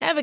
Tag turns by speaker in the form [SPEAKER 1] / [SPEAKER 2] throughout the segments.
[SPEAKER 1] Ever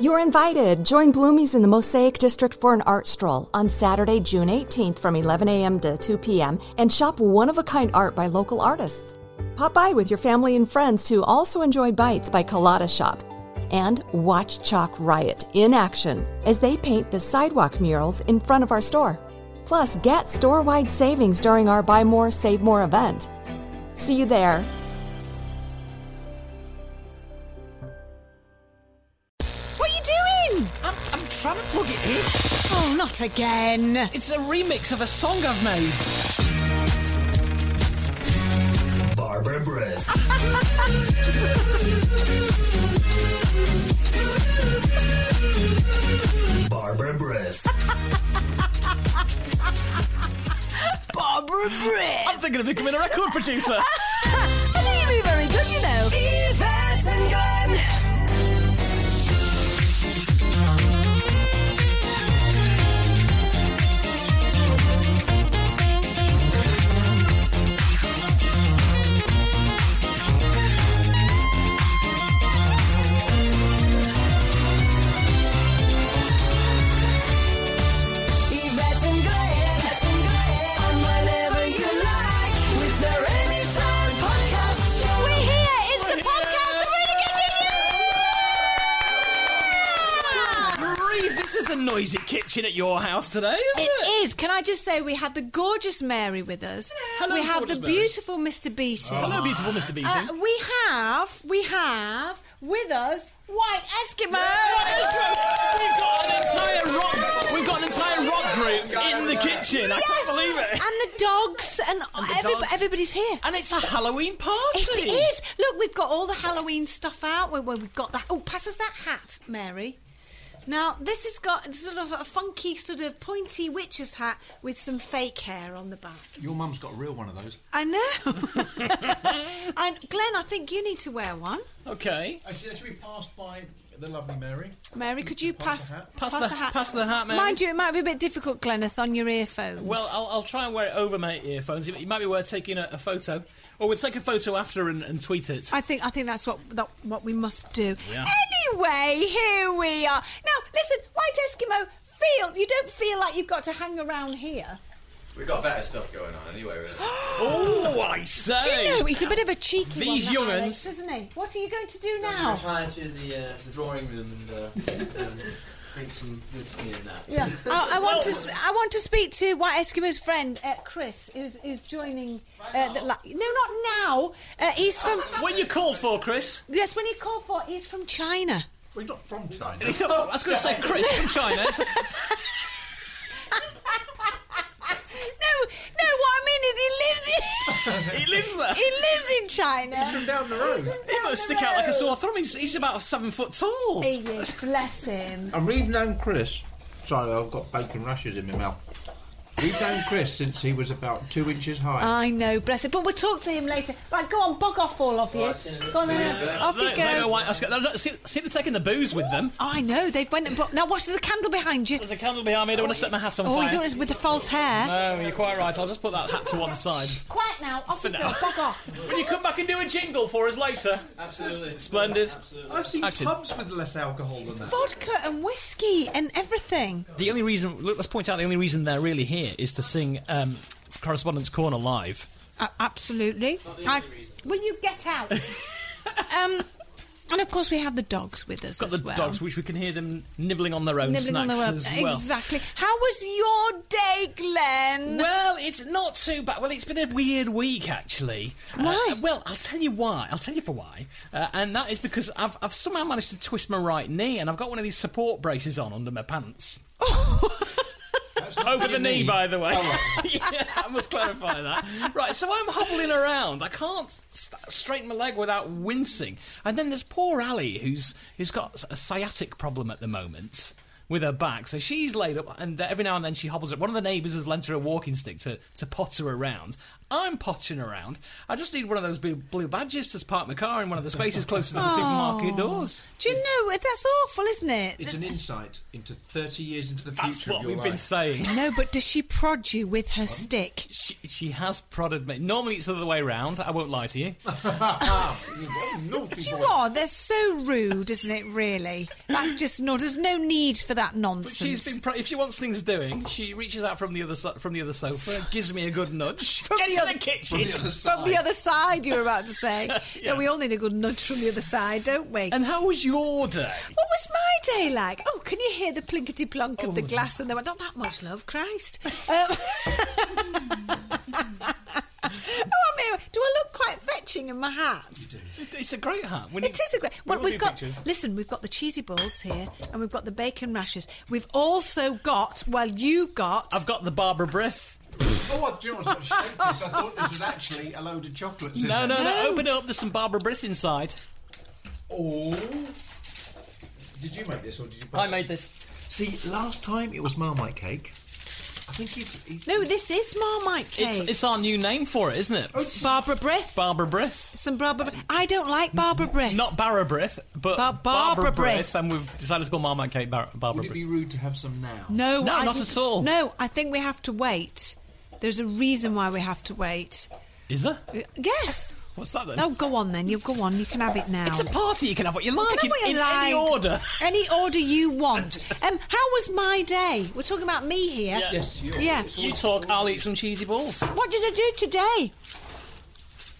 [SPEAKER 2] You're invited. Join Bloomies in the Mosaic District for an art stroll on Saturday, June 18th from 11 a.m. to 2 p.m. and shop one of a kind art by local artists. Pop by with your family and friends to also enjoy Bites by Colada Shop and watch Chalk Riot in action as they paint the sidewalk murals in front of our store. Plus, get store wide savings during our Buy More, Save More event. See you there.
[SPEAKER 3] What are you doing?
[SPEAKER 4] I'm, I'm trying to plug it in.
[SPEAKER 3] Oh, not again.
[SPEAKER 4] It's a remix of a song I've made.
[SPEAKER 5] Barbara Breath. Barbara Breath.
[SPEAKER 3] Barbara Britt.
[SPEAKER 4] I'm thinking of becoming a record producer.
[SPEAKER 3] I think you'd be very good, you know.
[SPEAKER 4] Yvette and Glenn. Yvette and Glenn. On whatever you like with their Anytime podcast show.
[SPEAKER 3] We're here. It's the
[SPEAKER 4] We're
[SPEAKER 3] podcast.
[SPEAKER 4] here.
[SPEAKER 3] We're going to get you.
[SPEAKER 4] Breathe. This is a noisy kitchen at your house today, isn't it?
[SPEAKER 3] It is. Can I just say we had the gorgeous Mary with us.
[SPEAKER 4] Hello,
[SPEAKER 3] we have
[SPEAKER 4] gorgeous
[SPEAKER 3] the
[SPEAKER 4] Mary. Oh,
[SPEAKER 3] beautiful Mr. Beatty.
[SPEAKER 4] Hello, beautiful Mr. Beaton.
[SPEAKER 3] Uh, we have, we have with us White Eskimo.
[SPEAKER 4] What is it? We've got an entire rock. We've got an entire rock group in the kitchen. I
[SPEAKER 3] Yes.
[SPEAKER 4] can't believe it.
[SPEAKER 3] And the dogs and,
[SPEAKER 4] the
[SPEAKER 3] everyb-
[SPEAKER 4] dogs.
[SPEAKER 3] everybody's here.
[SPEAKER 4] And it's a Halloween party.
[SPEAKER 3] It is. Look, we've got all the Halloween stuff out. Where where we've got that. Oh, pass us that hat, Mary. Now this has got sort of a funky, sort of pointy witch's hat with some fake hair on the back.
[SPEAKER 6] Your mum's got a real one of those.
[SPEAKER 3] I know. and Glenn, I think you need to wear one.
[SPEAKER 4] Okay.
[SPEAKER 6] Actually, should we pass by the lovely Mary?
[SPEAKER 3] Mary, could you pass
[SPEAKER 6] Pass the hat.
[SPEAKER 4] Pass the- pass the hat, Mary.
[SPEAKER 3] Mind you, it might be a bit difficult, Glenneth, on your earphones.
[SPEAKER 4] Well, I'll, I'll try and wear it over my earphones. It might be worth taking a, a photo, or we'll take a photo after and, and tweet it.
[SPEAKER 3] I think I think that's what that, what we must do.
[SPEAKER 4] Yeah.
[SPEAKER 3] Anyway, here we are. Now, listen, White Eskimo, feel you don't feel like you've got to hang around here.
[SPEAKER 6] We've got better stuff going on anyway, really.
[SPEAKER 4] oh, I say.
[SPEAKER 3] Do you know he's a bit of a cheeky
[SPEAKER 4] These
[SPEAKER 3] one, that
[SPEAKER 4] young'uns.
[SPEAKER 3] Alex, isn't he? What are you going to do now?
[SPEAKER 7] Retire to the, uh, the drawing room and uh, um, drink some whiskey and that.
[SPEAKER 3] Yeah, Oh, I, I want to s- I want to speak to White Eskimo's friend uh, Chris, who's who's joining. Uh, the, la- no, not now. Uh, he's from
[SPEAKER 4] When you called for, Chris.
[SPEAKER 3] yes. When you call for, it, he's from China.
[SPEAKER 6] We're not from China.
[SPEAKER 4] I was going to say Chris from China. It's-
[SPEAKER 3] No, no. What I mean is he lives in
[SPEAKER 4] He lives there.
[SPEAKER 3] he lives in China. He's from
[SPEAKER 6] down the road.
[SPEAKER 4] He must stick out like a sore thumb. He's, he's about seven foot tall.
[SPEAKER 3] He is. Bless him.
[SPEAKER 6] And we've known Chris. Sorry, I've got bacon rashes in my mouth. We've known Chris since he was about two inches high.
[SPEAKER 3] I know, bless him. But we'll talk to him later. Right, go on, bog off all of you.
[SPEAKER 7] Right, see you
[SPEAKER 3] go on,
[SPEAKER 7] later.
[SPEAKER 3] then, uh, off
[SPEAKER 4] They-
[SPEAKER 3] you
[SPEAKER 4] they
[SPEAKER 3] go.
[SPEAKER 4] go white Oscar. They're not- See, see, they're taking the booze with them.
[SPEAKER 3] Oh, I know they've went and bought. Now watch, there's a candle behind you.
[SPEAKER 4] There's a candle behind me. I don't want to set my hat on
[SPEAKER 3] Oh,
[SPEAKER 4] fire.
[SPEAKER 3] you don't with the false hair.
[SPEAKER 4] No, you're quite right. I'll just put that hat to one side.
[SPEAKER 3] Quiet now. Off
[SPEAKER 4] For
[SPEAKER 3] you
[SPEAKER 4] now.
[SPEAKER 3] go. Bog off.
[SPEAKER 4] Will you come back and do a jingle for us later?
[SPEAKER 7] Absolutely.
[SPEAKER 4] Splendid.
[SPEAKER 7] Absolutely.
[SPEAKER 6] I've seen
[SPEAKER 4] Actually-
[SPEAKER 6] pubs with less alcohol than that.
[SPEAKER 3] Vodka and whiskey and everything.
[SPEAKER 4] The only reason, look, let's point out the only reason they're really here is to sing um, Correspondence Corner live.
[SPEAKER 3] Uh, absolutely. I, will you get out? um, And of course, we have the dogs with us
[SPEAKER 4] Got
[SPEAKER 3] as
[SPEAKER 4] the
[SPEAKER 3] well.
[SPEAKER 4] dogs, which we can hear them nibbling on their own
[SPEAKER 3] Nibbling on
[SPEAKER 4] snacks
[SPEAKER 3] their own-
[SPEAKER 4] as well.
[SPEAKER 3] Exactly. How was your day, Glenn?
[SPEAKER 4] Well, it's not too bad. Well, it's been a weird week actually. Why? well, I'll tell you why. I'll tell you for why, uh, and that is because I've I've somehow managed to twist my right knee, and I've got one of these support braces on under my pants. Over the knee, by the way. yeah, I must clarify that. Right, so I'm hobbling around. I can't st- straighten my leg without wincing. And then there's poor Ali, who's who's got a sciatic problem at the moment with her back. So she's laid up, and every now and then she hobbles up. One of the neighbours has lent her a walking stick to, to potter around. I'm pottering around. I just need one of those blue, blue badges to park my car in one of the spaces closer to the supermarket
[SPEAKER 3] Oh.
[SPEAKER 4] doors.
[SPEAKER 3] Do you know, that's awful, isn't it?
[SPEAKER 6] It's an insight into 30 years into the future.
[SPEAKER 4] That's what
[SPEAKER 6] of your
[SPEAKER 4] we've been
[SPEAKER 6] life.
[SPEAKER 4] saying.
[SPEAKER 3] no, but does she prod you with her stick?
[SPEAKER 4] She, she has prodded me. Normally it's the other way round. I won't lie to you.
[SPEAKER 3] Do you are. They're so rude, isn't it? Really, that's just not. There's no need for that
[SPEAKER 4] But
[SPEAKER 3] nonsense.
[SPEAKER 4] she's been. Pro- if she wants things doing, she reaches out from the other so- from the other sofa, and gives me a good nudge. Get
[SPEAKER 3] the
[SPEAKER 4] to
[SPEAKER 3] other-
[SPEAKER 4] the kitchen.
[SPEAKER 3] From the other side, you were about to say. yeah. we all need a good nudge from the other side, don't we?
[SPEAKER 4] And how was your day?
[SPEAKER 3] What was my day like? Oh, can you hear the plinkety plonk of the glass? And they went, not that much, love, Christ. Oh, Um, oh, I mean, do I look quite fetching in my hat?
[SPEAKER 4] It's a great hat. When
[SPEAKER 3] It is a great. Well,
[SPEAKER 4] we'll
[SPEAKER 3] we've
[SPEAKER 4] do
[SPEAKER 3] got.
[SPEAKER 4] pictures.
[SPEAKER 3] Listen, we've got the cheesy balls here, and we've got the bacon rashers. We've also got. Well, you've got.
[SPEAKER 4] I've got the Barbara breath.
[SPEAKER 6] Oh, what, do you know what? I was about to shake this. I thought this was actually a load of chocolates. in
[SPEAKER 4] No, no,
[SPEAKER 6] there.
[SPEAKER 4] no, Open it up. There's some Barbara breath inside.
[SPEAKER 6] Oh. Did you make this or did you?
[SPEAKER 4] I made this.
[SPEAKER 6] See, last time it was Marmite cake. I think it's. it's
[SPEAKER 3] No, this is Marmite cake.
[SPEAKER 4] It's, it's our new name for it, isn't it?
[SPEAKER 3] Oh, Barbara breath.
[SPEAKER 4] Barbara breath.
[SPEAKER 3] Some Barbara. I don't like Barbara breath.
[SPEAKER 4] Not Barra breath, but
[SPEAKER 3] Bar- Barbara breath.
[SPEAKER 4] And we've decided to call Marmite Cake Bar- Barbara
[SPEAKER 6] would it
[SPEAKER 4] breath.
[SPEAKER 6] be rude to have some now?
[SPEAKER 3] No,
[SPEAKER 4] No,
[SPEAKER 3] I
[SPEAKER 4] not
[SPEAKER 3] think-
[SPEAKER 4] at all.
[SPEAKER 3] No, I think we have to wait. There's a reason why we have to wait.
[SPEAKER 4] Is there?
[SPEAKER 3] Uh, Yes.
[SPEAKER 4] What's that then?
[SPEAKER 3] No, go on then. You go on. You can have it now.
[SPEAKER 4] It's a party. You can have what you like
[SPEAKER 3] Can have
[SPEAKER 4] in,
[SPEAKER 3] what you
[SPEAKER 4] in
[SPEAKER 3] like.
[SPEAKER 4] any order.
[SPEAKER 3] Any order you want. Um, how was my day? We're talking about me here.
[SPEAKER 4] Yeah.
[SPEAKER 6] Yes. You're,
[SPEAKER 3] Yeah.
[SPEAKER 6] It's all
[SPEAKER 4] You talk. I'll eat some cheesy balls.
[SPEAKER 3] What did I do today?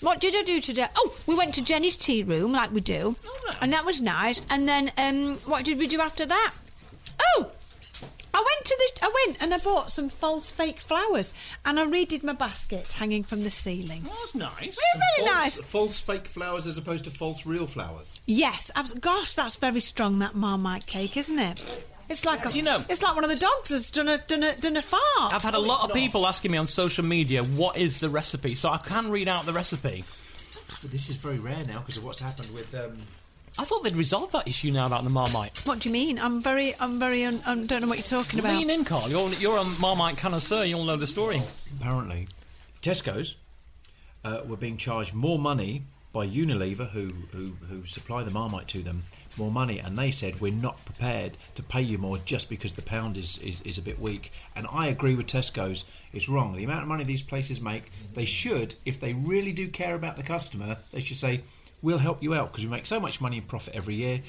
[SPEAKER 3] What did I do today? Oh, we went to Jenny's tea room like we do, and that was nice. And then, um, what did we do after that? Oh, I went to the. I went and I bought some false fake flowers, and I redid my basket hanging from the ceiling.
[SPEAKER 4] Well, that's nice.
[SPEAKER 3] Very, very
[SPEAKER 6] false,
[SPEAKER 3] nice.
[SPEAKER 6] False fake flowers as opposed to false real flowers.
[SPEAKER 3] Yes, abs- gosh, that's very strong. That Marmite cake, isn't it? It's like a,
[SPEAKER 4] Do you know-
[SPEAKER 3] It's like one of the dogs has done a done a done a fart.
[SPEAKER 4] I've had a lot of people asking me on social media what is the recipe, so I can read out the recipe.
[SPEAKER 6] But this is very rare now because of what's happened with. Um,
[SPEAKER 4] I thought they'd resolved that issue now about the Marmite.
[SPEAKER 3] What do you mean? I'm very, I'm very, un, un, don't know what you're talking about.
[SPEAKER 4] Lean in, Carl. You're, you're a Marmite connoisseur. You'll know the story.
[SPEAKER 6] apparently, Tesco's uh, were being charged more money by Unilever, who, who who supply the Marmite to them, more money, and they said we're not prepared to pay you more just because the pound is, is, is a bit weak. And I agree with Tesco's. It's wrong. The amount of money these places make, they should, if they really do care about the customer, they should say we'll help you out because we make so much money in profit every year.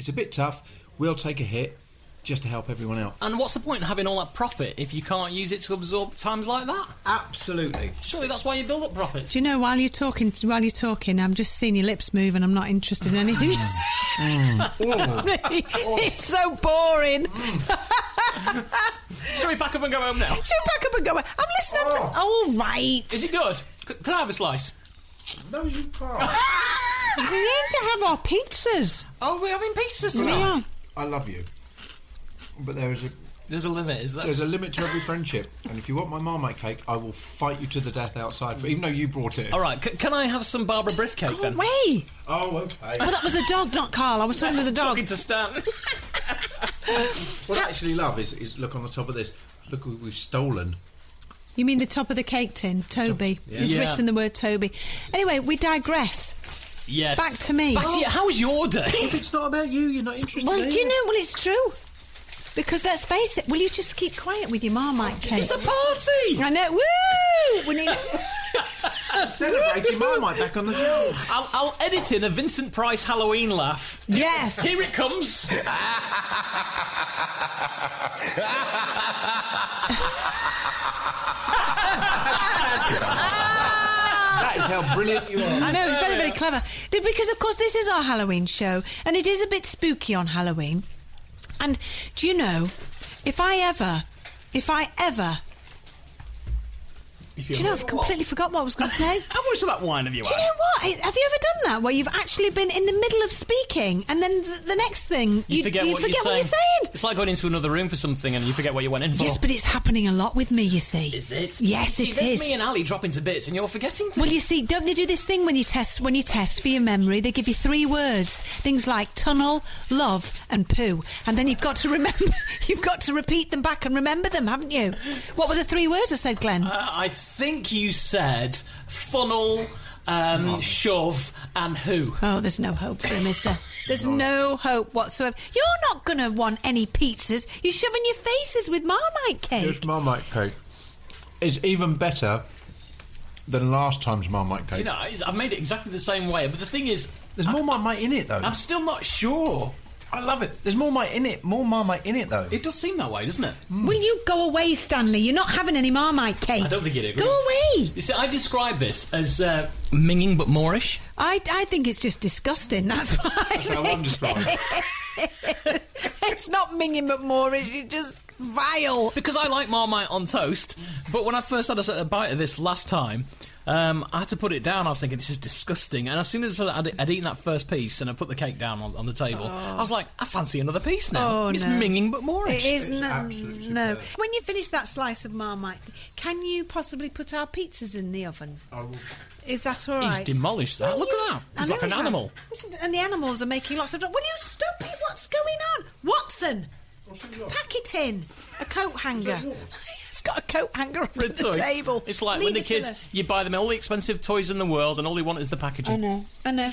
[SPEAKER 6] It's a bit tough. We'll take a hit just to help everyone out.
[SPEAKER 4] And what's the point of having all that profit if you can't use it to absorb times like that?
[SPEAKER 6] Absolutely.
[SPEAKER 4] Surely that's why you build up profits.
[SPEAKER 3] Do you know while you're talking, while you're talking, I'm just seeing your lips move, and I'm not interested in anything. you say.
[SPEAKER 4] Mm.
[SPEAKER 3] it's so boring.
[SPEAKER 4] Shall we pack up and go home now?
[SPEAKER 3] Should we pack up and go? I'm listening. To,
[SPEAKER 4] Oh.
[SPEAKER 3] all right.
[SPEAKER 4] Is it good? C- can I have a slice?
[SPEAKER 6] No, you can't.
[SPEAKER 3] We need to have our pizzas.
[SPEAKER 4] Oh, we're having pizzas
[SPEAKER 3] We
[SPEAKER 4] now.
[SPEAKER 3] are.
[SPEAKER 6] I love you, but there is a
[SPEAKER 4] There's a limit, is there?
[SPEAKER 6] there's a limit to every friendship. And if you want my marmite cake, I will fight you to the death outside for, even though you brought it.
[SPEAKER 4] All right, c- can I have some Barbara Brith cake then?
[SPEAKER 3] Way.
[SPEAKER 6] Oh, okay.
[SPEAKER 3] Oh, that was the dog, not Carl. I was talking to the dog.
[SPEAKER 4] Talking to Stan.
[SPEAKER 6] what I actually love is, is look on the top of this. Look, we- we've stolen.
[SPEAKER 3] You mean the top of the cake tin, Toby?
[SPEAKER 4] Yeah.
[SPEAKER 3] He's
[SPEAKER 4] Yeah.
[SPEAKER 3] written the word Toby. Anyway, we digress.
[SPEAKER 4] yes.
[SPEAKER 3] Back to me.
[SPEAKER 4] Back to you. How was your day?
[SPEAKER 6] If it's not about you, you're not interested.
[SPEAKER 3] Well,
[SPEAKER 6] are
[SPEAKER 3] do you know? Well, it's true. Because let's face it. Will you just keep quiet with your marmite cake?
[SPEAKER 4] It's a party.
[SPEAKER 3] I know. Woo! We need.
[SPEAKER 6] Celebrating marmite back on the hill.
[SPEAKER 4] I'll, I'll edit in a Vincent Price Halloween laugh.
[SPEAKER 3] yes.
[SPEAKER 4] Here it comes.
[SPEAKER 8] That is how brilliant you are.
[SPEAKER 3] I know, it's very, very clever. Did- Because, of course, this is our Halloween show, and it is a bit spooky on Halloween. And do you know, if I ever, if I ever,
[SPEAKER 4] If
[SPEAKER 3] do you know, I've completely forgotten what I was going to say.
[SPEAKER 4] How much of that wine have you
[SPEAKER 3] Do you
[SPEAKER 4] had?
[SPEAKER 3] know what? I- Have you ever done that where you've actually been in the middle of speaking and then the, the next thing
[SPEAKER 4] You, forget, what,
[SPEAKER 3] forget
[SPEAKER 4] you're
[SPEAKER 3] what you're
[SPEAKER 4] saying.
[SPEAKER 3] saying?
[SPEAKER 4] It's like going into another room for something and you forget what you went in for.
[SPEAKER 3] Yes, but it's happening a lot with me, you see.
[SPEAKER 4] Is it?
[SPEAKER 3] Yes,
[SPEAKER 4] see,
[SPEAKER 3] it
[SPEAKER 4] there's
[SPEAKER 3] is.
[SPEAKER 4] me and Ali dropping to bits and you're forgetting things.
[SPEAKER 3] Well, you see, don't they do this thing when you test when you test for your memory? They give you three words, things like tunnel, love, and poo, and then you've got to remember. You've got to repeat them back and remember them, haven't you? What were the three words I said, Glenn?
[SPEAKER 4] Uh, I think you said funnel, um, shove, and who.
[SPEAKER 3] Oh, there's no hope for him, is there? There's no hope whatsoever. You're not going to want any pizzas. You're shoving your faces with Marmite cake.
[SPEAKER 6] This Marmite cake is even better than last time's Marmite cake.
[SPEAKER 4] Do you know, it's- I've made it exactly the same way, but the thing is,
[SPEAKER 6] There's more Marmite in it though.
[SPEAKER 4] I'm still not sure.
[SPEAKER 6] I love it. There's more Marmite in it. More Marmite in it though.
[SPEAKER 4] It does seem that way, doesn't it?
[SPEAKER 3] Will you go away, Stanley? You're not having any Marmite cake.
[SPEAKER 4] I don't think it is.
[SPEAKER 3] Go away.
[SPEAKER 4] You see, I describe this as uh, minging but moorish.
[SPEAKER 3] I, I think it's just disgusting. That's why.
[SPEAKER 4] I'm describing.
[SPEAKER 3] it's not minging but more. It's just vile.
[SPEAKER 4] Because I like Marmite on toast, but when I first had a, a bite of this last time, um, I had to put it down. I was thinking this is disgusting, and as soon as I'd, I'd eaten that first piece and I put the cake down on, on the table, I was like, I fancy another piece now. it's minging but moorish.
[SPEAKER 3] Oh. It is no, no. When you finish that slice of marmite, can you possibly put our pizzas in the oven?
[SPEAKER 6] I will.
[SPEAKER 3] Is that all
[SPEAKER 4] He's
[SPEAKER 3] right?
[SPEAKER 4] demolished that. Look at that.
[SPEAKER 3] I
[SPEAKER 4] He's
[SPEAKER 3] know
[SPEAKER 4] like an
[SPEAKER 3] he has.
[SPEAKER 4] animal.
[SPEAKER 3] Listen, and the animals are making lots of. Will you stop it? What's going on, Watson? Pack it in. A coat hanger. It's got a coat hanger up
[SPEAKER 4] Red
[SPEAKER 3] at the
[SPEAKER 4] toy.
[SPEAKER 3] table.
[SPEAKER 4] It's like
[SPEAKER 3] Leave
[SPEAKER 4] when the
[SPEAKER 3] it
[SPEAKER 4] kids,
[SPEAKER 3] alone.
[SPEAKER 4] you buy them all the expensive toys in the world, and all they want is the packaging.
[SPEAKER 3] I know. I know.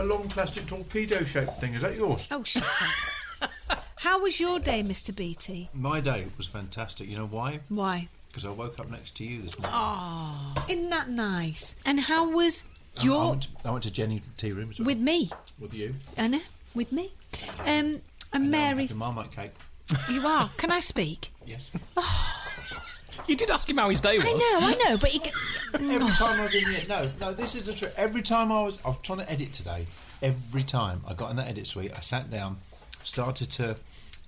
[SPEAKER 6] A long plastic torpedo shaped thing. Is that yours?
[SPEAKER 3] Oh, shut up. How was your day, Mr. Beatty?
[SPEAKER 6] My day was fantastic. You know why?
[SPEAKER 3] Why?
[SPEAKER 6] Because I woke up next to you this morning.
[SPEAKER 3] Oh, isn't that nice? And how was
[SPEAKER 6] I- I,
[SPEAKER 3] your
[SPEAKER 6] went to, I went to Jenny Tea Rooms
[SPEAKER 3] with me,
[SPEAKER 6] with you.
[SPEAKER 3] Anna? With me, um, and
[SPEAKER 6] Happy
[SPEAKER 3] Mary's.
[SPEAKER 6] Marmite cake.
[SPEAKER 3] You are. Can I speak?
[SPEAKER 6] Yes.
[SPEAKER 4] You did ask him how his day was.
[SPEAKER 3] I know, I know, but you g-
[SPEAKER 6] Every time I was in here, no, no, this is the truth. Every time I was, I was trying to edit today. Every time I got in that edit suite, I sat down, started to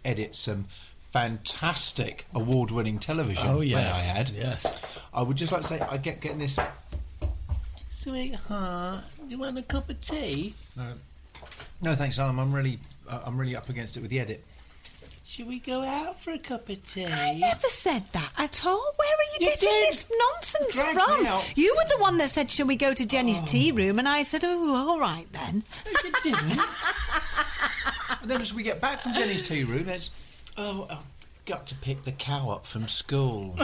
[SPEAKER 6] edit some fantastic award-winning television.
[SPEAKER 4] Oh,
[SPEAKER 6] that
[SPEAKER 4] yes,
[SPEAKER 6] I had.
[SPEAKER 4] yes.
[SPEAKER 6] I would just like to say, I get getting this. Sweetheart, you want a cup of tea? No, no, thanks, Alan. I'm really, uh, I'm really up against it with the edit. Should we go out for a cup of tea?
[SPEAKER 3] I never said that at all. Where are you,
[SPEAKER 6] You
[SPEAKER 3] getting
[SPEAKER 6] did.
[SPEAKER 3] this nonsense
[SPEAKER 6] Dragged me
[SPEAKER 3] from?
[SPEAKER 6] out. Oh.
[SPEAKER 3] You were the one that said, "Shall we go to Jenny's tea room?" And I said, "Oh, all right then."
[SPEAKER 6] you didn't. and then as we get back from Jenny's tea room, it's oh, oh got to pick the cow up from school.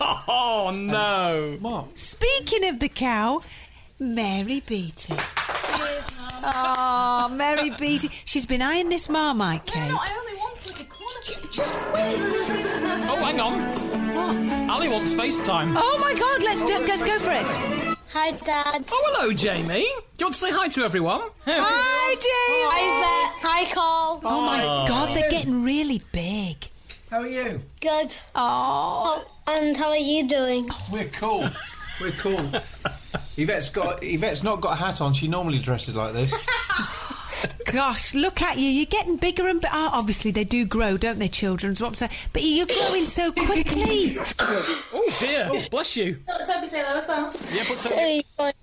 [SPEAKER 4] Oh no!
[SPEAKER 6] what?
[SPEAKER 3] Speaking of the cow, Mary Beatty. Oh, Mary Beatty. She's been eyeing this Marmite cake.
[SPEAKER 9] I only want like a corner. Just wait.
[SPEAKER 4] Oh, hang on. Ali wants FaceTime.
[SPEAKER 3] Oh my God! Let's do, let's go for it.
[SPEAKER 10] Hi, Dad.
[SPEAKER 4] Oh, hello, Jamie. Do you want to say hi to everyone?
[SPEAKER 3] Hi, James.
[SPEAKER 10] Hi, Zet. Hi, Cole.
[SPEAKER 3] Oh my God! They're getting really big.
[SPEAKER 6] How are you?
[SPEAKER 10] Good.
[SPEAKER 3] Oh.
[SPEAKER 10] How- and how are you doing?
[SPEAKER 6] We're cool. We're cool. Yvette's got Yvette's not got a hat on. She normally dresses like this.
[SPEAKER 3] Gosh, look at you. You're getting bigger and bigger. Oh, obviously, they do grow, don't they, children? Is what I'm saying. But you're growing so quickly.
[SPEAKER 4] Oh dear. Oh, bless you.
[SPEAKER 9] Toby, say hello as well.
[SPEAKER 4] Yeah, but
[SPEAKER 10] So you got-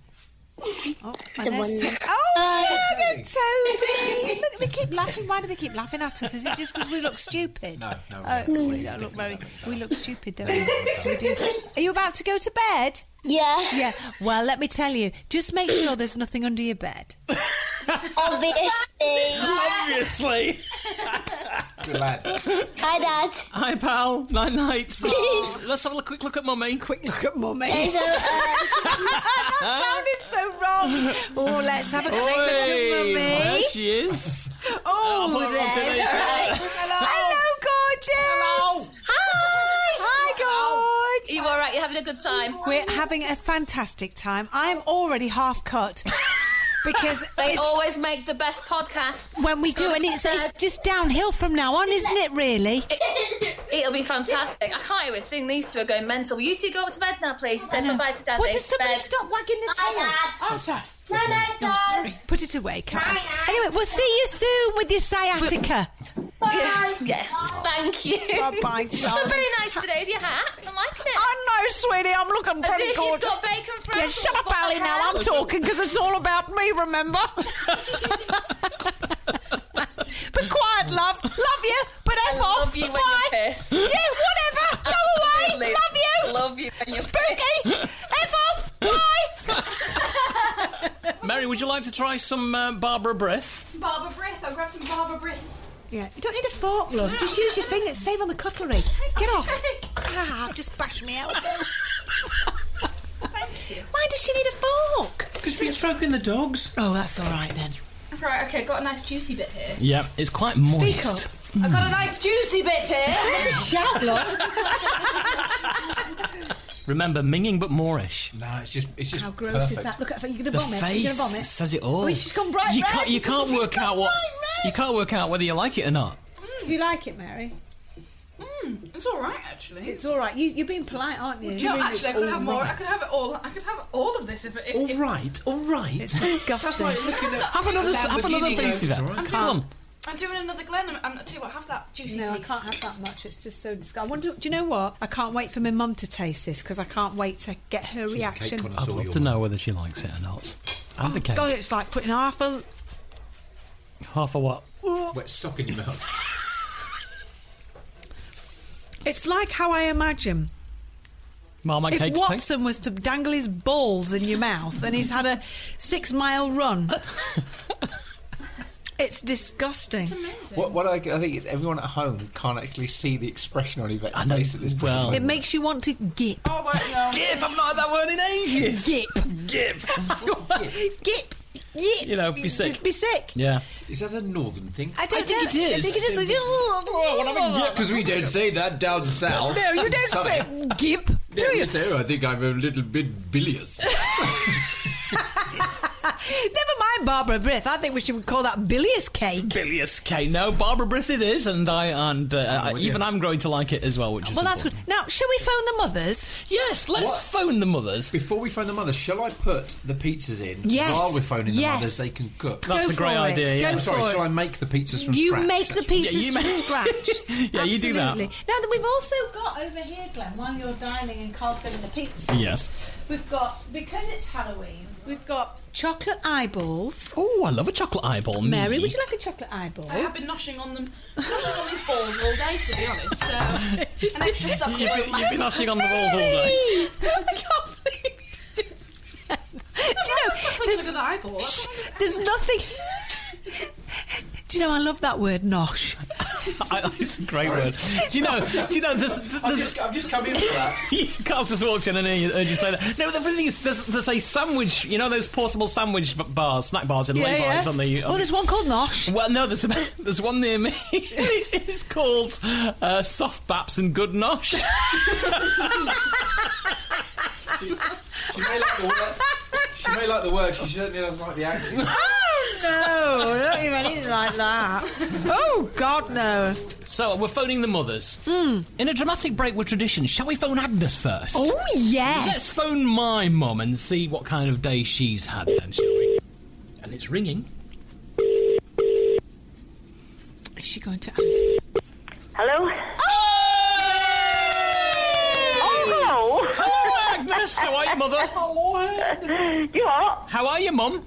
[SPEAKER 3] Oh, My
[SPEAKER 10] the
[SPEAKER 3] name's
[SPEAKER 10] one-
[SPEAKER 3] To- oh,
[SPEAKER 10] Uh,
[SPEAKER 3] yeah, Toby. Look, they keep laughing. Why do they keep laughing at us? Is it just because we look stupid? No,
[SPEAKER 6] no,
[SPEAKER 3] Oh, we don't look very. We look stupid, don't we? we do. Are you about to go to bed?
[SPEAKER 10] yeah,
[SPEAKER 3] Yeah. Well, let me tell you. Just make sure there's nothing under your bed.
[SPEAKER 10] obviously.
[SPEAKER 4] Obviously.
[SPEAKER 6] Good lad.
[SPEAKER 10] Hi, Dad.
[SPEAKER 4] Hi, pal. Night, night. Oh, Let's have a quick look at mummy. Quick look at mummy.
[SPEAKER 10] So, uh,
[SPEAKER 4] Uh-huh.
[SPEAKER 3] that sounded so wrong. Oh, let's have a quick look at
[SPEAKER 4] Oh,
[SPEAKER 3] mummy.
[SPEAKER 4] there she is.
[SPEAKER 3] Oh,
[SPEAKER 4] I'll put her on
[SPEAKER 3] there's
[SPEAKER 4] today, shall
[SPEAKER 3] right. Hello. gorgeous. Hi. Hi, gorge.
[SPEAKER 9] You all right? You having a good time?
[SPEAKER 3] We're having a fantastic time. I'm already half cut. because
[SPEAKER 10] They
[SPEAKER 3] it's-
[SPEAKER 10] always make the best podcasts.
[SPEAKER 3] when we do, and it's, it's just downhill from now on, isn't it? Really?
[SPEAKER 10] It'll be fantastic. I can't even think these two are going mental. You two go up to bed now, please. You said goodbye to Daddy.
[SPEAKER 3] Well, does somebody
[SPEAKER 10] Bed.
[SPEAKER 3] stop wagging the tail? Oh, sorry.
[SPEAKER 10] No, no,
[SPEAKER 3] No, sorry.
[SPEAKER 10] Dad.
[SPEAKER 3] Put it away, Karen. Anyway, we'll see you soon with your sciatica.
[SPEAKER 10] Bye. Yes, thank you.
[SPEAKER 3] Bye, bye, darling.
[SPEAKER 10] You're very nice today with your hat. I'm liking it.
[SPEAKER 3] I know, sweetie. I'm looking
[SPEAKER 10] As
[SPEAKER 3] pretty
[SPEAKER 10] if you've
[SPEAKER 3] gorgeous.
[SPEAKER 10] got bacon friends.
[SPEAKER 3] Yeah, shut up, Ali. Now I'm talking because it's all about me. Remember? Be quiet, love. Love you, but
[SPEAKER 10] I
[SPEAKER 3] F off.
[SPEAKER 10] love you when
[SPEAKER 3] Bye.
[SPEAKER 10] you're pissed.
[SPEAKER 3] Yeah, whatever. Go away.
[SPEAKER 10] Absolutely.
[SPEAKER 3] Love you.
[SPEAKER 10] Love you when you're
[SPEAKER 3] Spooky. F off. Bye.
[SPEAKER 4] Mary, would you like to try some uh, Barbara Breath?
[SPEAKER 11] Barbara Brith. I'll grab some Barbara Brith.
[SPEAKER 3] Yeah, you don't need a fork, love. Just use your fingers. Save on the cutlery. Get off. ah, just bash me out. Why does she need a fork?
[SPEAKER 8] Because we're stroking the dogs.
[SPEAKER 3] Oh, that's all right then.
[SPEAKER 11] Right, okay, got a nice juicy bit here.
[SPEAKER 4] Yeah, it's quite moist.
[SPEAKER 11] Speak up. I got a nice juicy bit here.
[SPEAKER 3] Shout, love.
[SPEAKER 4] Remember, minging but Moorish.
[SPEAKER 8] No, it's just it's just
[SPEAKER 3] How gross is that? Look at her. You're gonna
[SPEAKER 4] The
[SPEAKER 3] vomit.
[SPEAKER 4] face
[SPEAKER 3] You're gonna vomit.
[SPEAKER 4] says it all.
[SPEAKER 3] Oh, she's gone bright
[SPEAKER 4] you
[SPEAKER 3] red.
[SPEAKER 4] can't, you can't
[SPEAKER 3] She's
[SPEAKER 4] work
[SPEAKER 3] gone
[SPEAKER 4] out what you can't work out whether you like it or not.
[SPEAKER 3] You like it, Mary?
[SPEAKER 11] Hmm, it's all right, actually.
[SPEAKER 3] It's all right. You, you're being polite, aren't you?
[SPEAKER 11] Do you
[SPEAKER 3] You're
[SPEAKER 11] know,
[SPEAKER 3] being
[SPEAKER 11] actually, I
[SPEAKER 3] all
[SPEAKER 11] could have more. I
[SPEAKER 3] right.
[SPEAKER 11] could have it all. I could have all of this if. if all
[SPEAKER 8] right, all right.
[SPEAKER 3] It's disgusting.
[SPEAKER 4] Have another, have another piece of it.
[SPEAKER 11] I'm
[SPEAKER 4] Come on.
[SPEAKER 11] doing, I'm doing another Glen. I'm, I'm tell you what. Have that juicy.
[SPEAKER 3] No, I
[SPEAKER 11] piece.
[SPEAKER 3] can't have that much. It's just so disgusting. I wonder. Do you know what? I can't wait for my mum to taste this because I can't wait to get her reaction. Oh
[SPEAKER 4] I'd love to know whether she likes it or not. And the cake.
[SPEAKER 3] God, it's like putting half a
[SPEAKER 4] Half a what?
[SPEAKER 8] Wet sock in your mouth.
[SPEAKER 3] It's like how I imagine
[SPEAKER 4] Marmite
[SPEAKER 3] if
[SPEAKER 4] cake taste?
[SPEAKER 3] Watson was to dangle his balls in your mouth and he's had a six mile run. it's disgusting.
[SPEAKER 6] What, what I, I think is everyone at home can't actually see the expression on Yvette's face at this point.
[SPEAKER 4] well-
[SPEAKER 3] It makes you want to gip.
[SPEAKER 11] Oh wait, no.
[SPEAKER 4] Gip, I've not had that word in ages.
[SPEAKER 3] Gip.
[SPEAKER 4] Gip.
[SPEAKER 3] Gip. Gip.
[SPEAKER 4] You know, be sick.
[SPEAKER 3] Be sick.
[SPEAKER 4] Yeah.
[SPEAKER 6] Is that a northern thing?
[SPEAKER 3] I don't
[SPEAKER 4] think it
[SPEAKER 3] I
[SPEAKER 4] is.
[SPEAKER 3] think it is. It is.
[SPEAKER 6] because we don't say that down south.
[SPEAKER 3] No, you don't
[SPEAKER 6] Sorry.
[SPEAKER 3] say gip.
[SPEAKER 6] No, you say, "Oh, I think I'm a little bit bilious.
[SPEAKER 3] Never mind Barbara Brith. I think we should call that bilious cake.
[SPEAKER 4] Bilious cake. No, Barbara Brith it is, and I and uh,
[SPEAKER 6] with
[SPEAKER 4] even
[SPEAKER 6] you.
[SPEAKER 4] I'm growing to like it as well, which is
[SPEAKER 3] Well, that's good.
[SPEAKER 4] important.
[SPEAKER 3] Now, shall we phone the mothers?
[SPEAKER 4] Yes, let's
[SPEAKER 6] What?
[SPEAKER 4] phone the mothers.
[SPEAKER 6] Before we phone the mothers, shall I put the pizzas in
[SPEAKER 3] Yes.
[SPEAKER 6] while we're phoning the
[SPEAKER 3] Yes.
[SPEAKER 6] mothers? They can cook. Oh,
[SPEAKER 4] That's
[SPEAKER 3] Go
[SPEAKER 4] a great
[SPEAKER 3] for it.
[SPEAKER 4] idea. Yeah.
[SPEAKER 3] Go
[SPEAKER 6] Sorry,
[SPEAKER 3] for it.
[SPEAKER 6] shall I make the pizzas from
[SPEAKER 3] you
[SPEAKER 6] scratch?
[SPEAKER 3] make the pizzas
[SPEAKER 4] Yeah, you
[SPEAKER 3] from
[SPEAKER 4] make-
[SPEAKER 3] scratch.
[SPEAKER 4] Yeah, you do that.
[SPEAKER 3] Absolutely. Now that we've also got over here, Glenn, while you're dining and Carl's getting the pizzas.
[SPEAKER 4] Yes.
[SPEAKER 3] We've got because it's Halloween. We've got chocolate eyeballs.
[SPEAKER 4] Oh, I love a chocolate eyeball.
[SPEAKER 3] Mary,
[SPEAKER 4] me.
[SPEAKER 3] would you like a chocolate eyeball?
[SPEAKER 11] I have been noshing on them, noshing on these balls all day, to be honest. So, an extra sucker.
[SPEAKER 4] You've
[SPEAKER 11] won't
[SPEAKER 4] been, you've been
[SPEAKER 11] matter.
[SPEAKER 4] lashing on the walls all day.
[SPEAKER 3] Hey! I can't believe you just said that. Do you know,
[SPEAKER 11] Suckling
[SPEAKER 3] there's-
[SPEAKER 11] with an eyeball. That's what
[SPEAKER 3] There's nothing. Do you know I love that word nosh?
[SPEAKER 4] I, it's a great word. Do you know? Do you know? There's,
[SPEAKER 6] I'm
[SPEAKER 4] there's,
[SPEAKER 6] just, I'm just coming in for that.
[SPEAKER 4] Carl's just walked in and heard you, heard you say that. No, the thing is, there's, there's a sandwich. You know those portable sandwich b- bars, snack bars, and Levi's on the.
[SPEAKER 3] Oh,
[SPEAKER 4] On
[SPEAKER 3] there's one called nosh.
[SPEAKER 4] well, no, there's there's one near me. it's called uh, Soft Baps and Good Nosh.
[SPEAKER 6] She may like the word. She may like the word. She certainly doesn't like the action.
[SPEAKER 3] No, not even anything like that. Oh God, no.
[SPEAKER 4] So we're phoning the mothers. In a dramatic break with tradition, shall we phone Agnes first?
[SPEAKER 3] Hmm. Oh yes.
[SPEAKER 4] Let's phone my mum and see what kind of day she's had then, shall we? And it's ringing.
[SPEAKER 3] Is she going to answer?
[SPEAKER 12] Hello? Oh,
[SPEAKER 4] Hello, Agnes. How are you, mother?
[SPEAKER 12] hello. you what?
[SPEAKER 4] How are you, mum?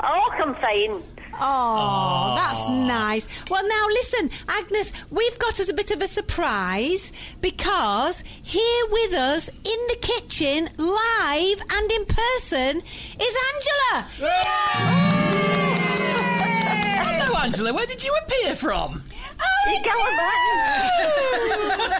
[SPEAKER 12] Oh, I'm fine.
[SPEAKER 3] Oh, that's nice. Well, now listen, Agnes, we've got us a bit of a surprise because here with us in the kitchen, live and in person, is Angela.
[SPEAKER 4] Hello, Angela. Where did you appear from?
[SPEAKER 3] You go on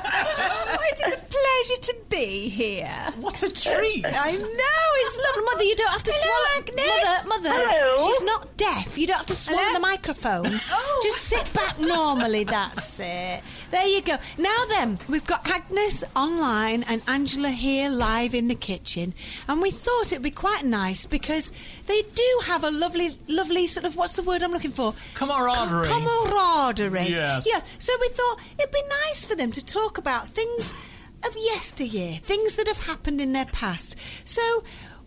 [SPEAKER 6] Oh, it is a pleasure to be here.
[SPEAKER 4] What a treat!
[SPEAKER 6] I know it's lovely,
[SPEAKER 13] Mother, you don't have to
[SPEAKER 6] Hello,
[SPEAKER 13] swallow.
[SPEAKER 6] Agnes.
[SPEAKER 13] Mother, mother,
[SPEAKER 6] Hello.
[SPEAKER 13] she's not deaf. You don't have to swallow
[SPEAKER 6] Hello?
[SPEAKER 13] the microphone.
[SPEAKER 6] Oh.
[SPEAKER 13] Just sit back normally. That's it. There you go.
[SPEAKER 5] Now then, we've got Agnes online and Angela here live in the kitchen, and we thought it'd be quite nice because they do have a lovely, lovely sort of what's the word I'm looking for?
[SPEAKER 4] Camaraderie.
[SPEAKER 5] Com- camaraderie.
[SPEAKER 4] Yes.
[SPEAKER 5] Yes. So we thought it'd be nice for them to talk about things of yesteryear, things that have happened in their past. So.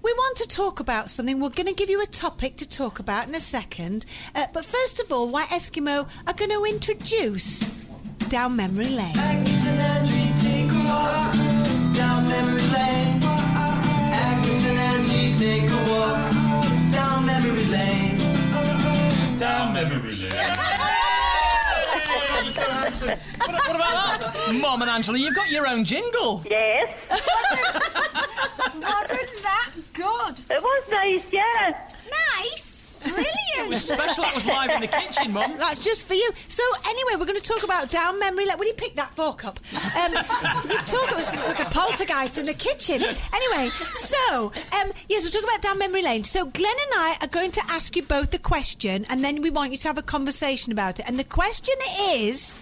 [SPEAKER 5] We want to talk about something. We're going to give you a topic to talk about in a second. Uh, but first of all, White Eskimo are going to introduce Down Memory Lane.
[SPEAKER 14] Agnes and Angie take a walk down memory lane. Agnes and Angie take a walk down memory lane.
[SPEAKER 15] Down memory lane.
[SPEAKER 4] You're so handsome. What, what about that? Mom and Angela, you've got your own jingle.
[SPEAKER 3] Yes.
[SPEAKER 5] Wasn't that good?
[SPEAKER 3] It was nice, yeah.
[SPEAKER 5] Nice. Brilliant.
[SPEAKER 4] It was special. That was live in the kitchen, Mum.
[SPEAKER 5] That's just for you. So anyway, we're going to talk about down memory lane. Will you pick that fork up? Um, you talk about this is like a poltergeist in the kitchen. Anyway, so um, yes, we'll talk about down memory lane. So Glenn and I are going to ask you both a question, and then we want you to have a conversation about it. And the question is,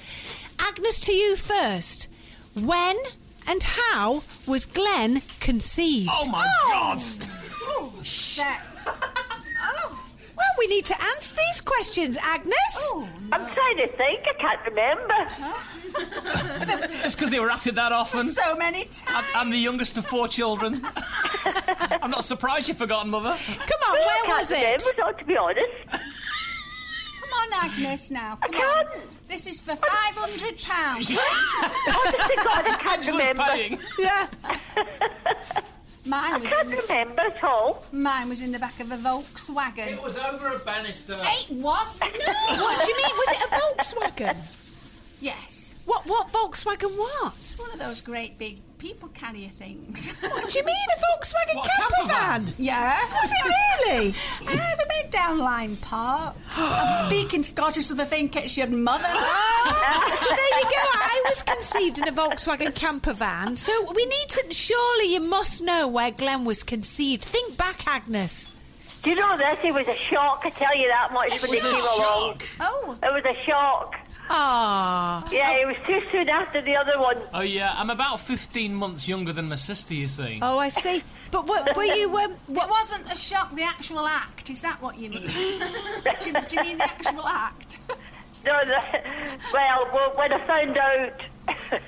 [SPEAKER 5] Agnes, to you first. When and how was Glenn conceived?
[SPEAKER 4] Oh my God!
[SPEAKER 5] Oh, shit. oh. Well, we need to answer these questions, Agnes.
[SPEAKER 6] Oh,
[SPEAKER 3] I'm trying to think. I can't remember.
[SPEAKER 4] It's because they were at it that often.
[SPEAKER 3] So many times.
[SPEAKER 4] I'm, I'm the youngest of four children. I'm not surprised you've forgotten, Mother.
[SPEAKER 5] Come on,
[SPEAKER 3] I
[SPEAKER 5] where
[SPEAKER 3] can't
[SPEAKER 5] was it?
[SPEAKER 3] remember, so to be honest.
[SPEAKER 6] Come on, Agnes, now. Come
[SPEAKER 3] Um,
[SPEAKER 6] on. This is for five hundred pounds.
[SPEAKER 3] Honest to God, I can't
[SPEAKER 4] Angela's
[SPEAKER 3] remember.
[SPEAKER 4] paying.
[SPEAKER 5] Yeah.
[SPEAKER 6] Mine was
[SPEAKER 3] I can't
[SPEAKER 6] in the,
[SPEAKER 3] remember at all.
[SPEAKER 6] mine was in the back of a Volkswagen.
[SPEAKER 15] It was over a banister.
[SPEAKER 6] It was. No.
[SPEAKER 5] What do you mean? Was it a Volkswagen?
[SPEAKER 6] Yes.
[SPEAKER 5] What? What Volkswagen? What?
[SPEAKER 6] It's one of those great big people carrier things.
[SPEAKER 5] What do you mean a Volkswagen
[SPEAKER 4] What, a
[SPEAKER 5] camper
[SPEAKER 4] camper
[SPEAKER 5] van?
[SPEAKER 6] yeah.
[SPEAKER 5] Was it really?
[SPEAKER 6] I ever made downline park. I'm speaking Scottish, so they think it's your mother.
[SPEAKER 5] so there you go. I was conceived in a Volkswagen camper van. So we need to. Surely you must know where Glenn was conceived. Think back, Agnes.
[SPEAKER 3] Do you know this? It was a shock, I tell you that much,
[SPEAKER 4] It
[SPEAKER 3] when
[SPEAKER 4] was
[SPEAKER 3] they
[SPEAKER 4] a
[SPEAKER 3] came along.
[SPEAKER 4] shock.
[SPEAKER 6] Oh.
[SPEAKER 3] It was a shock.
[SPEAKER 5] Ah.
[SPEAKER 3] Yeah, it was too soon after the other one.
[SPEAKER 4] Oh yeah, I'm about 15 months younger than my sister. You see.
[SPEAKER 5] Oh, I see. But what, were you? Um,
[SPEAKER 6] It wasn't a shock, the actual act. Is that what you mean? do, you, do you mean the actual act?
[SPEAKER 3] No, no. Well, well, when I found out,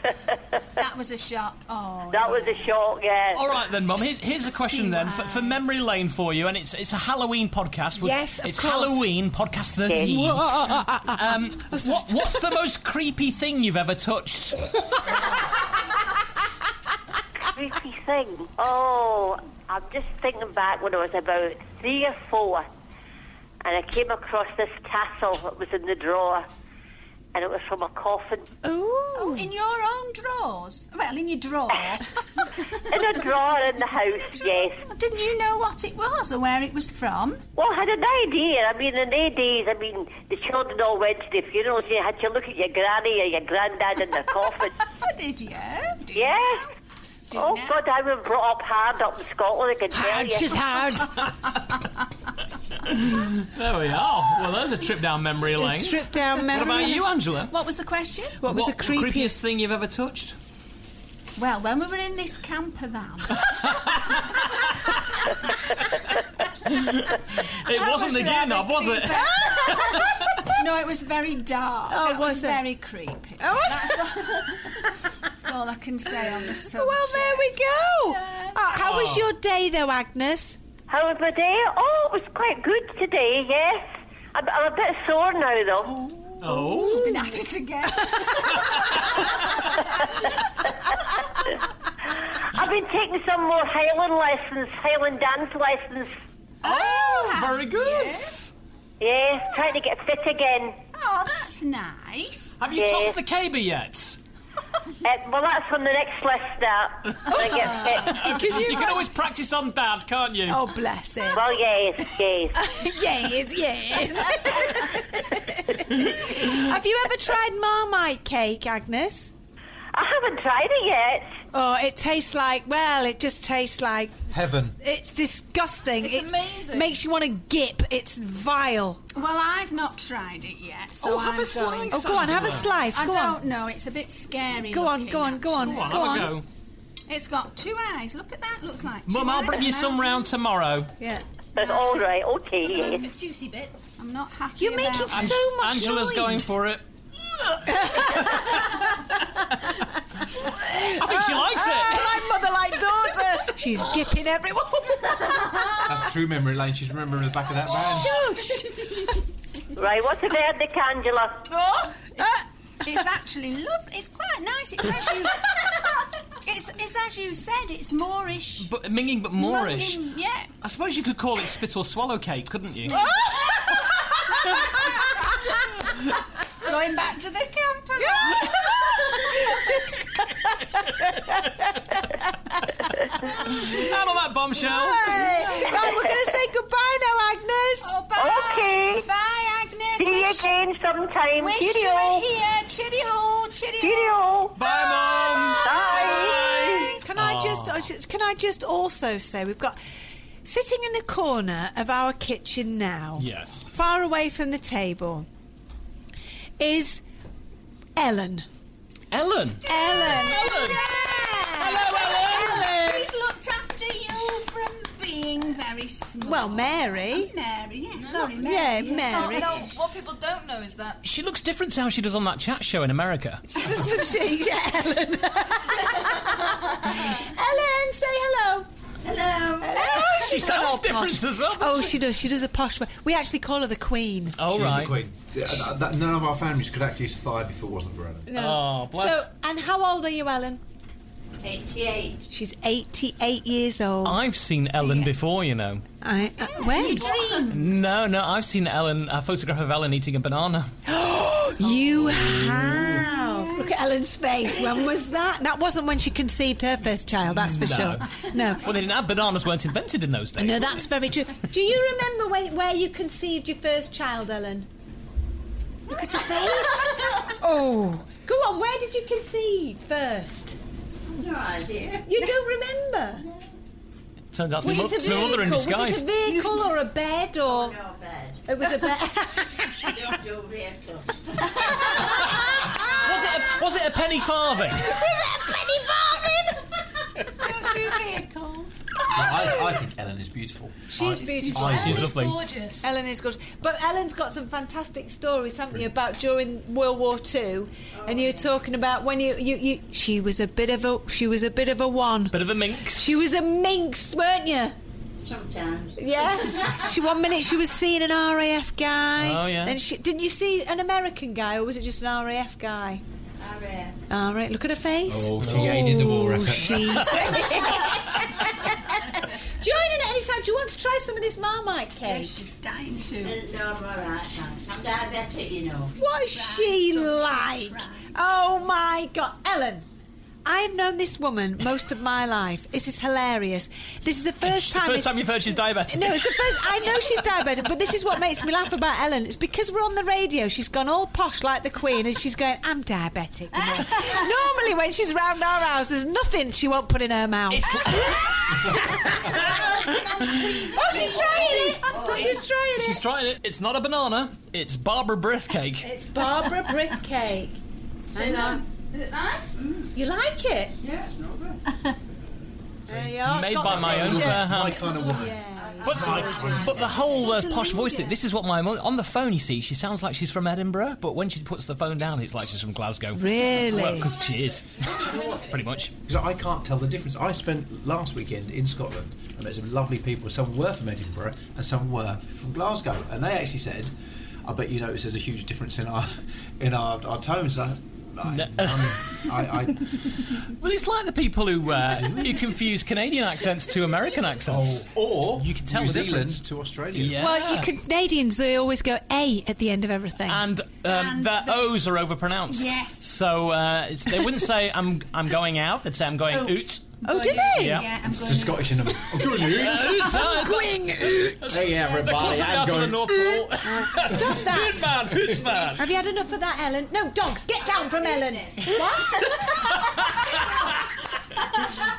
[SPEAKER 6] That was a shock. Oh.
[SPEAKER 3] that was a shock, yeah.
[SPEAKER 4] All right then, Mum. Here's, here's a question then for, for memory lane for you, and it's it's a Halloween podcast. We're-
[SPEAKER 5] Yes, of
[SPEAKER 4] it's
[SPEAKER 5] course.
[SPEAKER 4] Halloween podcast thirteen. um, what what's the most creepy thing you've ever touched?
[SPEAKER 3] Creepy thing. Oh, I'm just thinking back when I was about three or four, and I came across this castle that was in the drawer, and it was from a coffin.
[SPEAKER 5] Ooh.
[SPEAKER 6] Oh, In your own drawers? Well, in your drawer.
[SPEAKER 3] In a drawer in the house, yes.
[SPEAKER 6] Didn't you know what it was or where it was from?
[SPEAKER 3] Well, I had an idea. I mean, in their days, I mean, the children all went to the funerals. You had to look at your granny or your granddad in the coffin.
[SPEAKER 6] Oh, did you? Do you
[SPEAKER 3] Yeah.
[SPEAKER 6] now? Do you
[SPEAKER 3] Oh,
[SPEAKER 6] now?
[SPEAKER 3] God, I was brought up hard up in Scotland, I can tell you.
[SPEAKER 5] hard.
[SPEAKER 4] there we are. Well, there's a trip down memory lane.
[SPEAKER 5] Trip down memory.
[SPEAKER 4] What about you, Angela?
[SPEAKER 6] What was the question?
[SPEAKER 5] What was the creepiest?
[SPEAKER 4] thing you've ever touched?
[SPEAKER 6] Well, when we were in this camper van,
[SPEAKER 4] It wasn't the gear knob, was it?
[SPEAKER 6] no, it was very dark.
[SPEAKER 5] Oh,
[SPEAKER 6] That was,
[SPEAKER 5] was it?
[SPEAKER 6] very creepy.
[SPEAKER 5] Oh.
[SPEAKER 6] That's, all, that's all I can say on this subject.
[SPEAKER 5] Well, there we go.
[SPEAKER 6] Yeah.
[SPEAKER 5] Oh, how was your day, though, Agnes?
[SPEAKER 3] How was my day? Oh, it was quite good today, yes. I'm, I'm a bit sore now, though.
[SPEAKER 4] Oh,
[SPEAKER 6] Been at it again.
[SPEAKER 3] I've been taking some more Highland lessons, Highland dance lessons.
[SPEAKER 4] Oh, very good.
[SPEAKER 3] Yes, trying to get fit again.
[SPEAKER 6] Oh, that's nice.
[SPEAKER 4] Have you
[SPEAKER 3] Yeah.
[SPEAKER 4] tossed the caber yet?
[SPEAKER 3] Uh, well, that's on the next list, that. When I get fit.
[SPEAKER 4] Can you, can always practice on Dad, can't you?
[SPEAKER 16] Oh,
[SPEAKER 5] Oh, bless him.
[SPEAKER 3] Well, yes, yes.
[SPEAKER 5] yes, yes. Have you ever tried Marmite cake, Agnes?
[SPEAKER 3] I haven't tried it yet.
[SPEAKER 5] Oh, it tastes like, well, it just tastes like,
[SPEAKER 6] Heaven.
[SPEAKER 5] it's disgusting.
[SPEAKER 16] It's amazing.
[SPEAKER 5] makes you want to gip. It's vile.
[SPEAKER 16] Well, I've not tried it yet. So
[SPEAKER 5] Oh, have
[SPEAKER 16] I'm
[SPEAKER 5] a slice,
[SPEAKER 16] going
[SPEAKER 5] Oh, go on, have a
[SPEAKER 16] to.
[SPEAKER 5] slice,
[SPEAKER 16] I
[SPEAKER 5] go on.
[SPEAKER 16] don't know. It's a bit scary.
[SPEAKER 5] Go on,
[SPEAKER 16] looking,
[SPEAKER 5] go on, go on,
[SPEAKER 16] actually.
[SPEAKER 5] Go on, have go a on. go.
[SPEAKER 16] It's got two eyes. Look at that. Looks like. two
[SPEAKER 4] Mum, I'll
[SPEAKER 16] eyes
[SPEAKER 4] bring
[SPEAKER 16] and
[SPEAKER 4] you
[SPEAKER 16] that.
[SPEAKER 4] some round tomorrow.
[SPEAKER 16] Yeah.
[SPEAKER 3] But all right, okay.
[SPEAKER 16] It's a juicy bit. I'm not happy.
[SPEAKER 5] You're making
[SPEAKER 16] about
[SPEAKER 5] so much
[SPEAKER 4] Angela's
[SPEAKER 5] noise.
[SPEAKER 4] going for it. I think she likes it.
[SPEAKER 5] like mother, like daughter. She's gipping everyone.
[SPEAKER 6] That's true memory lane. She's remembering the back of that van.
[SPEAKER 5] Shush.
[SPEAKER 3] Right, what's the verdict, Angela?
[SPEAKER 16] Oh, uh, it's actually love. It's quite nice. It's as you. it's, it's as you said. It's Moorish.
[SPEAKER 4] But minging, but Moorish.
[SPEAKER 16] Munging, Yeah.
[SPEAKER 4] I suppose you could call it spit or swallow cake, couldn't you?
[SPEAKER 16] Going back to the camper.
[SPEAKER 4] Out on that bombshell.
[SPEAKER 5] uh, right, we're going to say goodbye now, Agnes.
[SPEAKER 16] Oh, bye.
[SPEAKER 3] Okay.
[SPEAKER 16] Bye, Agnes.
[SPEAKER 3] See you
[SPEAKER 16] Wish-
[SPEAKER 3] again sometime.
[SPEAKER 16] Wish you were
[SPEAKER 3] Cheerio.
[SPEAKER 16] here. Cheerio. Cheerio.
[SPEAKER 3] Cheerio.
[SPEAKER 4] Bye, Mum.
[SPEAKER 3] Bye.
[SPEAKER 5] Can I just I should- can I just also say we've got sitting in the corner of our kitchen now,
[SPEAKER 4] Yes.
[SPEAKER 5] far away from the table, is Ellen.
[SPEAKER 4] Ellen.
[SPEAKER 5] Ellen.
[SPEAKER 4] Ellen.
[SPEAKER 16] Hello, Ellen. She's looked after you from being very small.
[SPEAKER 5] Well, Mary.
[SPEAKER 16] Oh, Mary, yes. Sorry, Mary.
[SPEAKER 5] Yeah,
[SPEAKER 16] yes.
[SPEAKER 5] Mary.
[SPEAKER 17] Oh, no, what people don't know is that
[SPEAKER 4] She looks different to how she does on that chat show in America.
[SPEAKER 5] Doesn't she? Yeah, Ellen. Ellen, say hello.
[SPEAKER 16] Hello.
[SPEAKER 4] Oh, She sounds different as well.
[SPEAKER 5] Oh, she does. She does a posh. way. We actually call her the Queen.
[SPEAKER 4] All
[SPEAKER 6] She was the
[SPEAKER 4] right.
[SPEAKER 6] queen. Yeah, and that- none of our families could actually survive if it wasn't for Ellen.
[SPEAKER 4] Oh, bless.
[SPEAKER 5] So, and how old are you, Ellen?
[SPEAKER 17] 88.
[SPEAKER 5] She's 88 years old.
[SPEAKER 4] I've seen Ellen before, you know.
[SPEAKER 5] I, uh, when?
[SPEAKER 4] No, no, I've seen Ellen, a photograph of Ellen eating a banana.
[SPEAKER 5] You have. Oh. Look at Ellen's face. When was that? That wasn't when she conceived her first child, that's for
[SPEAKER 4] No.
[SPEAKER 5] sure. No.
[SPEAKER 4] Well, they didn't have bananas, weren't invented in those days.
[SPEAKER 5] No, that's very true. Do you remember when, where you conceived your first child, Ellen? Look at her face. oh. Go on, where did you conceive first?
[SPEAKER 17] No idea.
[SPEAKER 5] You don't remember?
[SPEAKER 4] Turns out it's my
[SPEAKER 5] Was
[SPEAKER 4] mo-
[SPEAKER 5] it
[SPEAKER 4] it's
[SPEAKER 5] a
[SPEAKER 4] my
[SPEAKER 5] vehicle?
[SPEAKER 4] mother in
[SPEAKER 5] Was
[SPEAKER 4] disguise.
[SPEAKER 5] it a vehicle or a bed or?
[SPEAKER 17] No bad.
[SPEAKER 5] It was a bed.
[SPEAKER 17] Don't do vehicles.
[SPEAKER 4] Was it a, was it a penny farthing?
[SPEAKER 16] Don't do vehicles.
[SPEAKER 6] I, I think Ellen is beautiful.
[SPEAKER 5] She's
[SPEAKER 6] I-
[SPEAKER 5] beautiful.
[SPEAKER 6] I
[SPEAKER 4] Ellen
[SPEAKER 6] do.
[SPEAKER 4] is lovely.
[SPEAKER 17] gorgeous.
[SPEAKER 5] Ellen is good. But Ellen's got some fantastic stories, haven't you, about during World War Two, and you were talking about when you, you, you she was a bit of a she was a bit of a one.
[SPEAKER 4] Bit of a minx.
[SPEAKER 5] She was a minx, weren't you?
[SPEAKER 17] Sometimes.
[SPEAKER 5] Yes. she one minute she was seeing an RAF guy.
[SPEAKER 4] Oh, yeah.
[SPEAKER 5] And she didn't you see an American guy or was it just an RAF guy? All right, look at her face.
[SPEAKER 6] Oh, she aided the war effort.
[SPEAKER 5] she. Join in at any time. Do you want to try some of this Marmite cake?
[SPEAKER 16] She's dying to.
[SPEAKER 17] No, I'm all right, thanks. I'm diabetic, you know.
[SPEAKER 5] What is she like? Oh my God, Ellen! I have known this woman most of my life. This is hilarious. This is the first time.
[SPEAKER 4] First time you've heard she's diabetic.
[SPEAKER 5] no, it's the first. I know she's diabetic, but this is what makes me laugh about Ellen. It's because we're on the radio. She's gone all posh like the Queen, and she's going, "I'm diabetic." you know. Normally, when she's round our house, there's nothing she won't put in her mouth. oh, she's trying it. Oh, she's trying it.
[SPEAKER 4] She's trying it. It's not a banana. It's Barbara Breath cake.
[SPEAKER 5] It's Barbara Brith cake. Hang on.
[SPEAKER 17] Is it nice? Mm.
[SPEAKER 5] You like it?
[SPEAKER 17] Yeah, it's not bad.
[SPEAKER 5] There you are.
[SPEAKER 4] Made
[SPEAKER 5] Got
[SPEAKER 4] by
[SPEAKER 5] the
[SPEAKER 4] my own
[SPEAKER 5] picture.
[SPEAKER 4] fair hand.
[SPEAKER 6] My kind of woman.
[SPEAKER 4] But, but the whole uh, posh voice thing, this is what my mum, on the phone, you see, she sounds like she's from Edinburgh, but when she puts the phone down, it's like she's from Glasgow.
[SPEAKER 5] Really?
[SPEAKER 4] Well, because she is. Pretty much.
[SPEAKER 6] 'Cause I can't tell the difference. I spent last weekend in Scotland. I met some lovely people. Some were from Edinburgh and some were from Glasgow. And they actually said, "I bet you notice there's a huge difference in our in our, our tones." And I, I, I, I,
[SPEAKER 4] Well, it's like the people who, uh, who confuse Canadian accents to American
[SPEAKER 6] Oh,
[SPEAKER 4] accents.
[SPEAKER 6] or
[SPEAKER 4] You can tell
[SPEAKER 6] New
[SPEAKER 4] the
[SPEAKER 6] Zealand
[SPEAKER 4] difference.
[SPEAKER 6] to Australia.
[SPEAKER 4] Yeah.
[SPEAKER 5] Well, you Canadians, they always go A at the end of everything.
[SPEAKER 4] and, um, their O's are overpronounced.
[SPEAKER 16] Yes.
[SPEAKER 4] So uh, it's, they wouldn't say I'm I'm going out. They'd say I'm going oot.
[SPEAKER 18] Oh,
[SPEAKER 19] Good
[SPEAKER 18] did
[SPEAKER 19] idea.
[SPEAKER 18] they?
[SPEAKER 19] Yeah.
[SPEAKER 18] Yeah, I'm
[SPEAKER 6] It's
[SPEAKER 18] going
[SPEAKER 6] the Scottish in them. I'm going
[SPEAKER 18] Going
[SPEAKER 6] out. Hey, everybody. I'm going
[SPEAKER 5] Stop that.
[SPEAKER 4] Good man, good man.
[SPEAKER 5] Have you had enough of that, Ellen? No, dogs, get down from Ellen.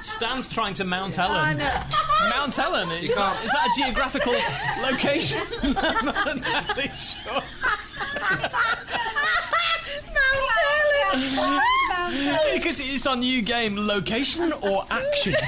[SPEAKER 4] Stan's trying to Mount
[SPEAKER 5] I
[SPEAKER 4] Ellen.
[SPEAKER 5] know.
[SPEAKER 4] Mount Ellen is, is that a geographical location? I'm not entirely sure.
[SPEAKER 5] Mount Ellen.
[SPEAKER 4] Because it's our new game, location or action.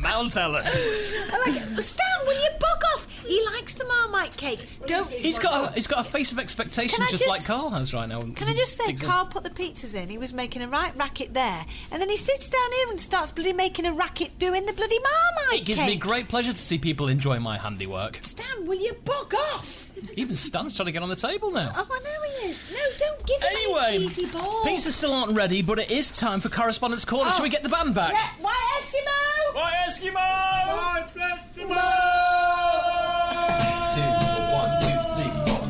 [SPEAKER 4] Mount Ellen.
[SPEAKER 5] I like it. Stan, will you bug off? He likes the Marmite cake. Don't.
[SPEAKER 4] He's got a, he's got a face of expectation,
[SPEAKER 5] Can I
[SPEAKER 4] just, like
[SPEAKER 5] just-
[SPEAKER 4] Carl has right now.
[SPEAKER 5] Can I just say,
[SPEAKER 4] Big-
[SPEAKER 5] Carl put the pizzas in. He was making a right racket there, and then he sits down here and starts bloody making a racket doing the bloody Marmite
[SPEAKER 4] It gives me
[SPEAKER 5] cake.
[SPEAKER 4] great pleasure to see people enjoy my handiwork.
[SPEAKER 5] Stan, will you bug off?
[SPEAKER 4] Even Stan's trying to get on the table now.
[SPEAKER 5] Oh, I know he is. No, don't give him any
[SPEAKER 4] Anyway,
[SPEAKER 5] cheesy balls.
[SPEAKER 4] pizzas still aren't ready, but it is time for correspondence corner.
[SPEAKER 5] Oh.
[SPEAKER 4] Shall we get the band back?
[SPEAKER 5] Yeah, White Eskimo.
[SPEAKER 4] White Eskimo. White
[SPEAKER 20] Two, one, two, three, four.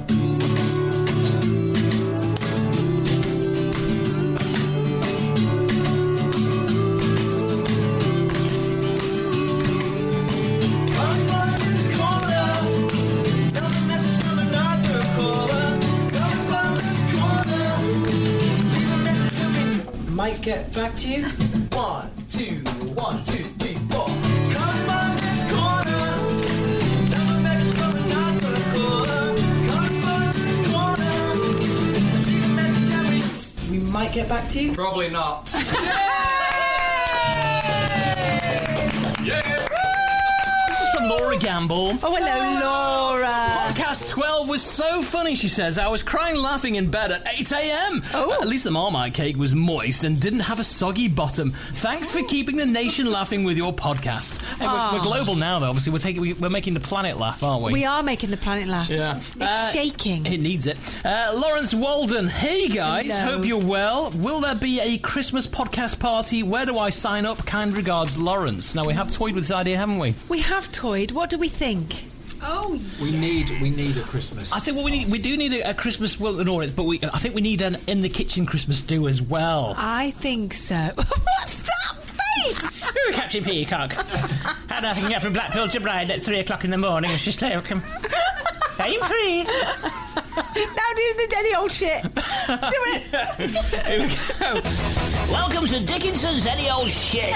[SPEAKER 3] Might get back to you. One, two, one, two, three, four. We might get back to you.
[SPEAKER 21] Probably not.
[SPEAKER 4] This is from Laura Gamble.
[SPEAKER 5] Oh, hello, Laura.
[SPEAKER 4] Podcast 12 was so funny, she says. I was crying laughing in bed at 8 a.m. Oh. At least the Marmite cake was moist and didn't have a soggy bottom. Thanks for keeping the nation laughing with your podcasts. Hey,
[SPEAKER 5] Aw.
[SPEAKER 4] we're, we're global now, though. Obviously, we're, taking, we- we're making the planet laugh, aren't we?
[SPEAKER 5] We are making the planet laugh.
[SPEAKER 4] Yeah.
[SPEAKER 5] It's
[SPEAKER 4] Uh,
[SPEAKER 5] shaking.
[SPEAKER 4] It needs it. Uh, Lawrence Walden. Hey guys,
[SPEAKER 5] Hello.
[SPEAKER 4] hope you're well. Will there be a Christmas podcast party? Where do I sign up? Kind regards, Lawrence. Now we have toyed with this idea, haven't we?
[SPEAKER 5] We have toyed. What do we think? Oh,
[SPEAKER 6] We need, we need a Christmas.
[SPEAKER 4] I think what we need, we do need a, a Christmas well, an audience, but we I think we need an in the kitchen Christmas do as well.
[SPEAKER 5] I think so. What's that face?
[SPEAKER 4] Who, Captain Peacock? Had nothing yet from Blackpool to Bride at three o'clock in the morning. She's welcome. Aim free.
[SPEAKER 5] now do the daddy old shit. Do it.
[SPEAKER 4] Here we go. Welcome to Dickinson's Any Old Shit.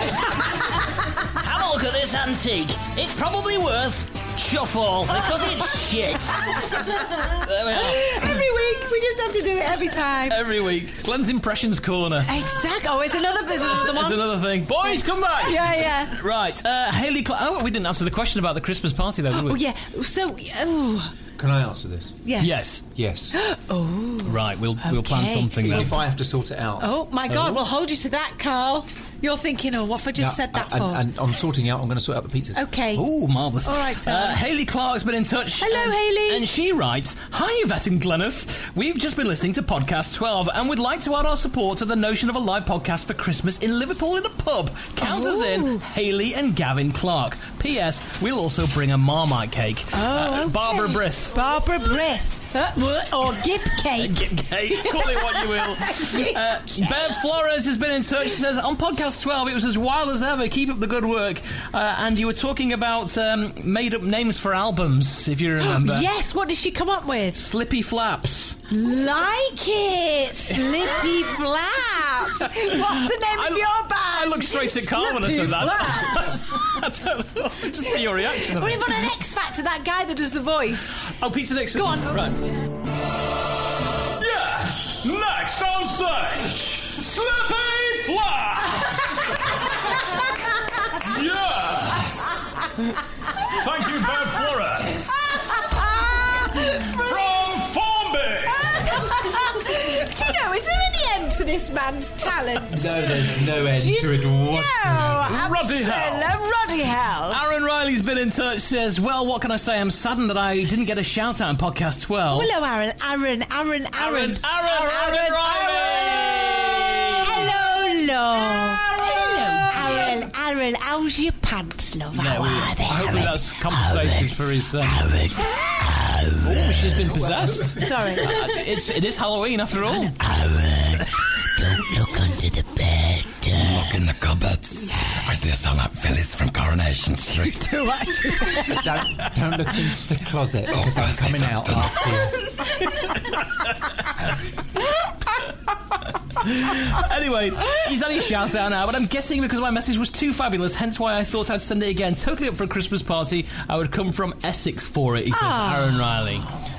[SPEAKER 4] Have a look at this antique. It's probably worth shuffle because it's shit. There we are.
[SPEAKER 5] every week, we just have to do it every time.
[SPEAKER 4] uh, Every week, Glenn's Impressions Corner.
[SPEAKER 5] Exactly. Oh, it's another business. another
[SPEAKER 4] There's
[SPEAKER 5] one.
[SPEAKER 4] another thing. Boys, come back!
[SPEAKER 5] Yeah, yeah.
[SPEAKER 4] Right, uh, Haley Clark. Oh, we didn't answer the question about the Christmas party, though, did we?
[SPEAKER 5] Oh, yeah. So, oh,
[SPEAKER 6] Can I answer this?
[SPEAKER 5] yes.
[SPEAKER 4] Yes.
[SPEAKER 6] Yes.
[SPEAKER 5] Oh.
[SPEAKER 4] Right, we'll we'll plan
[SPEAKER 5] Okay.
[SPEAKER 4] something
[SPEAKER 6] Even
[SPEAKER 4] then.
[SPEAKER 6] if I have to sort it out.
[SPEAKER 5] Oh, my God. We'll hold you to that, Carl. You're thinking, oh, what have I just
[SPEAKER 6] No,
[SPEAKER 5] said that
[SPEAKER 6] and,
[SPEAKER 5] for?
[SPEAKER 6] And I'm sorting out. I'm going to sort out the pizzas.
[SPEAKER 5] okay.
[SPEAKER 4] Oh, marvellous.
[SPEAKER 5] All right,
[SPEAKER 4] Uh,
[SPEAKER 5] darling.
[SPEAKER 4] Haley Clark's been in touch.
[SPEAKER 5] Hello,
[SPEAKER 4] and,
[SPEAKER 5] Hayley.
[SPEAKER 4] And she writes Hi, Yvette and Glenneth. We've just been listening to Podcast 12 and would like to add our support to the notion of a live podcast for Christmas in Liverpool in a pub. Count us in, Haley and Gavin Clark. P.S. We'll also bring a Marmite cake.
[SPEAKER 5] Oh,
[SPEAKER 4] Uh,
[SPEAKER 5] okay.
[SPEAKER 4] Barbara Brith.
[SPEAKER 5] Barbara Breath. Uh, what? or Gib Cake.
[SPEAKER 4] Gib Cake, call it what you will. Uh, Bev Flores has been in touch. She says, on podcast 12, it was as wild as ever. Keep up the good work. Uh, and you were talking about um, made up names for albums, if you remember.
[SPEAKER 5] Yes, what did she come up with?
[SPEAKER 4] Slippy Flaps.
[SPEAKER 5] Like it, Slippy Flaps. What's the name of your band?
[SPEAKER 4] I looked straight at Carl when I said that. I don't know. Just see your reaction.
[SPEAKER 5] We're even on an X Factor, that guy that does the voice.
[SPEAKER 4] Oh, Peter Nixon.
[SPEAKER 5] Go on.
[SPEAKER 4] Right.
[SPEAKER 3] Yes! Next on stage, Slippy Flash! yes! Thank you, Bev Flores. From Formby!
[SPEAKER 5] Do you know, is there any end to this man's talent?
[SPEAKER 6] No, there's no end
[SPEAKER 5] Do you-
[SPEAKER 6] to it
[SPEAKER 5] No,
[SPEAKER 6] whatsoever.
[SPEAKER 5] absolutely.
[SPEAKER 4] Ruddy hell.
[SPEAKER 5] Ruddy hell.
[SPEAKER 4] Aaron Riley's been in touch. Says, well, what can I say? I'm saddened that I didn't get a shout out in podcast 12.
[SPEAKER 5] Hello, Aaron. Aaron, Aaron, Aaron.
[SPEAKER 4] Aaron, Aaron Riley.
[SPEAKER 5] Hello, love. Hello, Aaron, Aaron. How's your pants, love?
[SPEAKER 4] No,
[SPEAKER 5] How
[SPEAKER 4] we-
[SPEAKER 5] are they?
[SPEAKER 4] Hopefully
[SPEAKER 5] Aaron?
[SPEAKER 4] that's compensations for his. Um, oh, she's been possessed.
[SPEAKER 5] Sorry.
[SPEAKER 4] Uh, it's it is Halloween after all.
[SPEAKER 3] Look under the bed. Look in the
[SPEAKER 22] butts. I do sound like Phyllis from Coronation Street.
[SPEAKER 6] Do don't, don't look into the closet because I'm coming out after you.
[SPEAKER 4] anyway, he's only shouts out now, but I'm guessing because my message was too fabulous, hence why I thought I'd send it again. Totally up for a Christmas party. I would come from Essex for it, he says,
[SPEAKER 5] Ah.
[SPEAKER 4] Aaron Riley.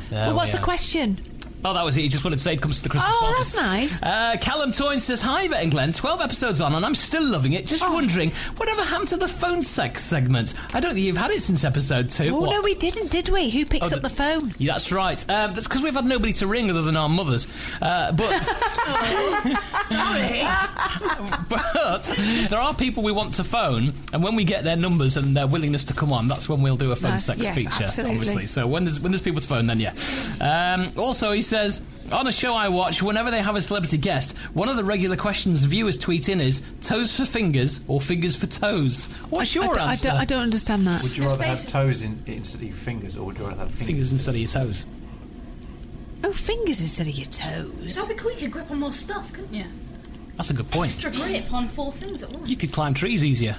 [SPEAKER 4] There
[SPEAKER 5] well,
[SPEAKER 4] we
[SPEAKER 5] what's the
[SPEAKER 4] are.
[SPEAKER 5] question?
[SPEAKER 4] Oh, that was it. He just wanted to say it comes to the Christmas
[SPEAKER 5] Oh,
[SPEAKER 4] party.
[SPEAKER 5] that's nice.
[SPEAKER 4] Uh, Callum Toyne says, Hi, Vet and Glenn. 12 episodes on, and I'm still loving it.
[SPEAKER 5] Oh.
[SPEAKER 4] Just wondering, whatever happened to the phone sex segment? I don't think you've had it since episode two.
[SPEAKER 5] Oh
[SPEAKER 4] What?
[SPEAKER 5] no, we didn't, did we? Who picks
[SPEAKER 4] Oh,
[SPEAKER 5] up
[SPEAKER 4] the-
[SPEAKER 5] the phone?
[SPEAKER 4] Yeah, that's right. Um, that's because we've had nobody to ring other than our mothers. Uh, but
[SPEAKER 3] Sorry.
[SPEAKER 4] but there are people we want to phone, and when we get their numbers and their willingness to come on, that's when we'll do a phone
[SPEAKER 3] Nice,
[SPEAKER 4] sex
[SPEAKER 3] yes,
[SPEAKER 4] feature,
[SPEAKER 3] absolutely.
[SPEAKER 4] obviously. So when there's when there's people to phone, then yeah. Um, also, he says. On a show I watch, whenever they have a celebrity guest, one of the regular questions viewers tweet in is toes for fingers or fingers for toes. What's your
[SPEAKER 5] I, d- I
[SPEAKER 4] answer?
[SPEAKER 5] don't, I don't understand that.
[SPEAKER 6] Would you rather have toes in, instead of your fingers, or would you rather have fingers,
[SPEAKER 4] fingers instead of your toes?
[SPEAKER 5] Oh, fingers instead of your toes.
[SPEAKER 3] That'd be cool. You could grip on more stuff, couldn't you?
[SPEAKER 4] That's a good point.
[SPEAKER 3] Extra grip on four things at once.
[SPEAKER 4] You could climb trees easier.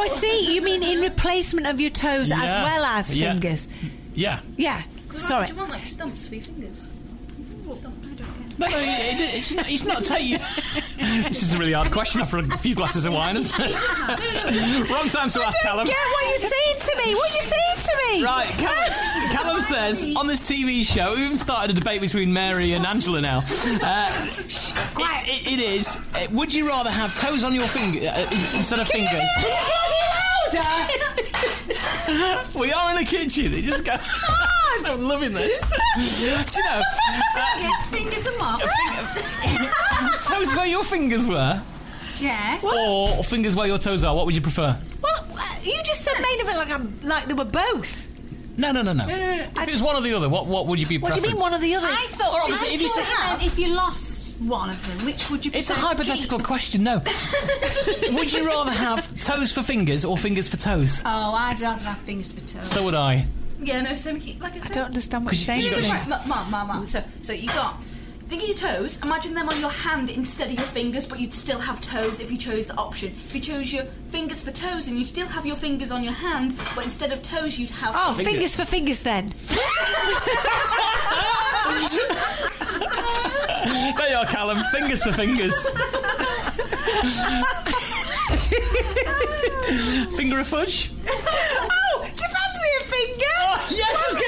[SPEAKER 5] I see. You mean in replacement of your toes as
[SPEAKER 4] Yeah.
[SPEAKER 5] well as
[SPEAKER 4] Yeah.
[SPEAKER 5] fingers?
[SPEAKER 4] Yeah.
[SPEAKER 5] Yeah. Sorry.
[SPEAKER 3] Do you want like stumps for your fingers? Stumps.
[SPEAKER 4] No, no, it- it- it's not, it's not taking. this is a really hard question after a few glasses of wine, isn't it? Wrong time to ask Callum.
[SPEAKER 5] Yeah, what are you saying to me? What are you saying to me?
[SPEAKER 4] Right, Callum, Callum says on this TV show, we even started a debate between Mary and Angela now. Uh, it, it, it is. Uh, would you rather have toes on your finger uh, instead of fingers? we are in the kitchen. It just goes. I'm loving this. Do you know? Uh,
[SPEAKER 23] Yes, fingers and what?
[SPEAKER 4] toes where your fingers were,
[SPEAKER 5] Yes.
[SPEAKER 4] or fingers where your toes are. What would you prefer?
[SPEAKER 5] Well, uh, you just said made of it like I'm, like they were both.
[SPEAKER 4] No, no, no, no. If it was one or the other, what what would you be?
[SPEAKER 5] What do you mean
[SPEAKER 4] preference?
[SPEAKER 5] one or the other?
[SPEAKER 23] I thought,
[SPEAKER 4] Or obviously,
[SPEAKER 23] I
[SPEAKER 4] if you
[SPEAKER 23] thought
[SPEAKER 4] said-
[SPEAKER 23] it meant if you lost one of them, which would you
[SPEAKER 4] It's a
[SPEAKER 23] prefer to keep?
[SPEAKER 4] hypothetical question. No. would you rather have toes for fingers or fingers for toes?
[SPEAKER 23] Oh, I'd rather have fingers for toes.
[SPEAKER 4] So would I.
[SPEAKER 3] Yeah, no, so we- like I said.
[SPEAKER 5] don't understand what you're
[SPEAKER 3] You
[SPEAKER 5] saying
[SPEAKER 3] know,
[SPEAKER 5] to me.
[SPEAKER 3] right, mum, mum, mum, mum. So, so you got. Think of your toes. Imagine them on your hand instead of your fingers, but you'd still have toes if you chose the option. If you chose your fingers for toes, and you'd still have your fingers on your hand, but instead of toes, you'd have.
[SPEAKER 5] Oh, fingers. for fingers then.
[SPEAKER 4] there you are, Callum. Fingers for fingers. Finger of fudge.
[SPEAKER 5] oh, do you fancy a finger?
[SPEAKER 4] Oh, yes, let's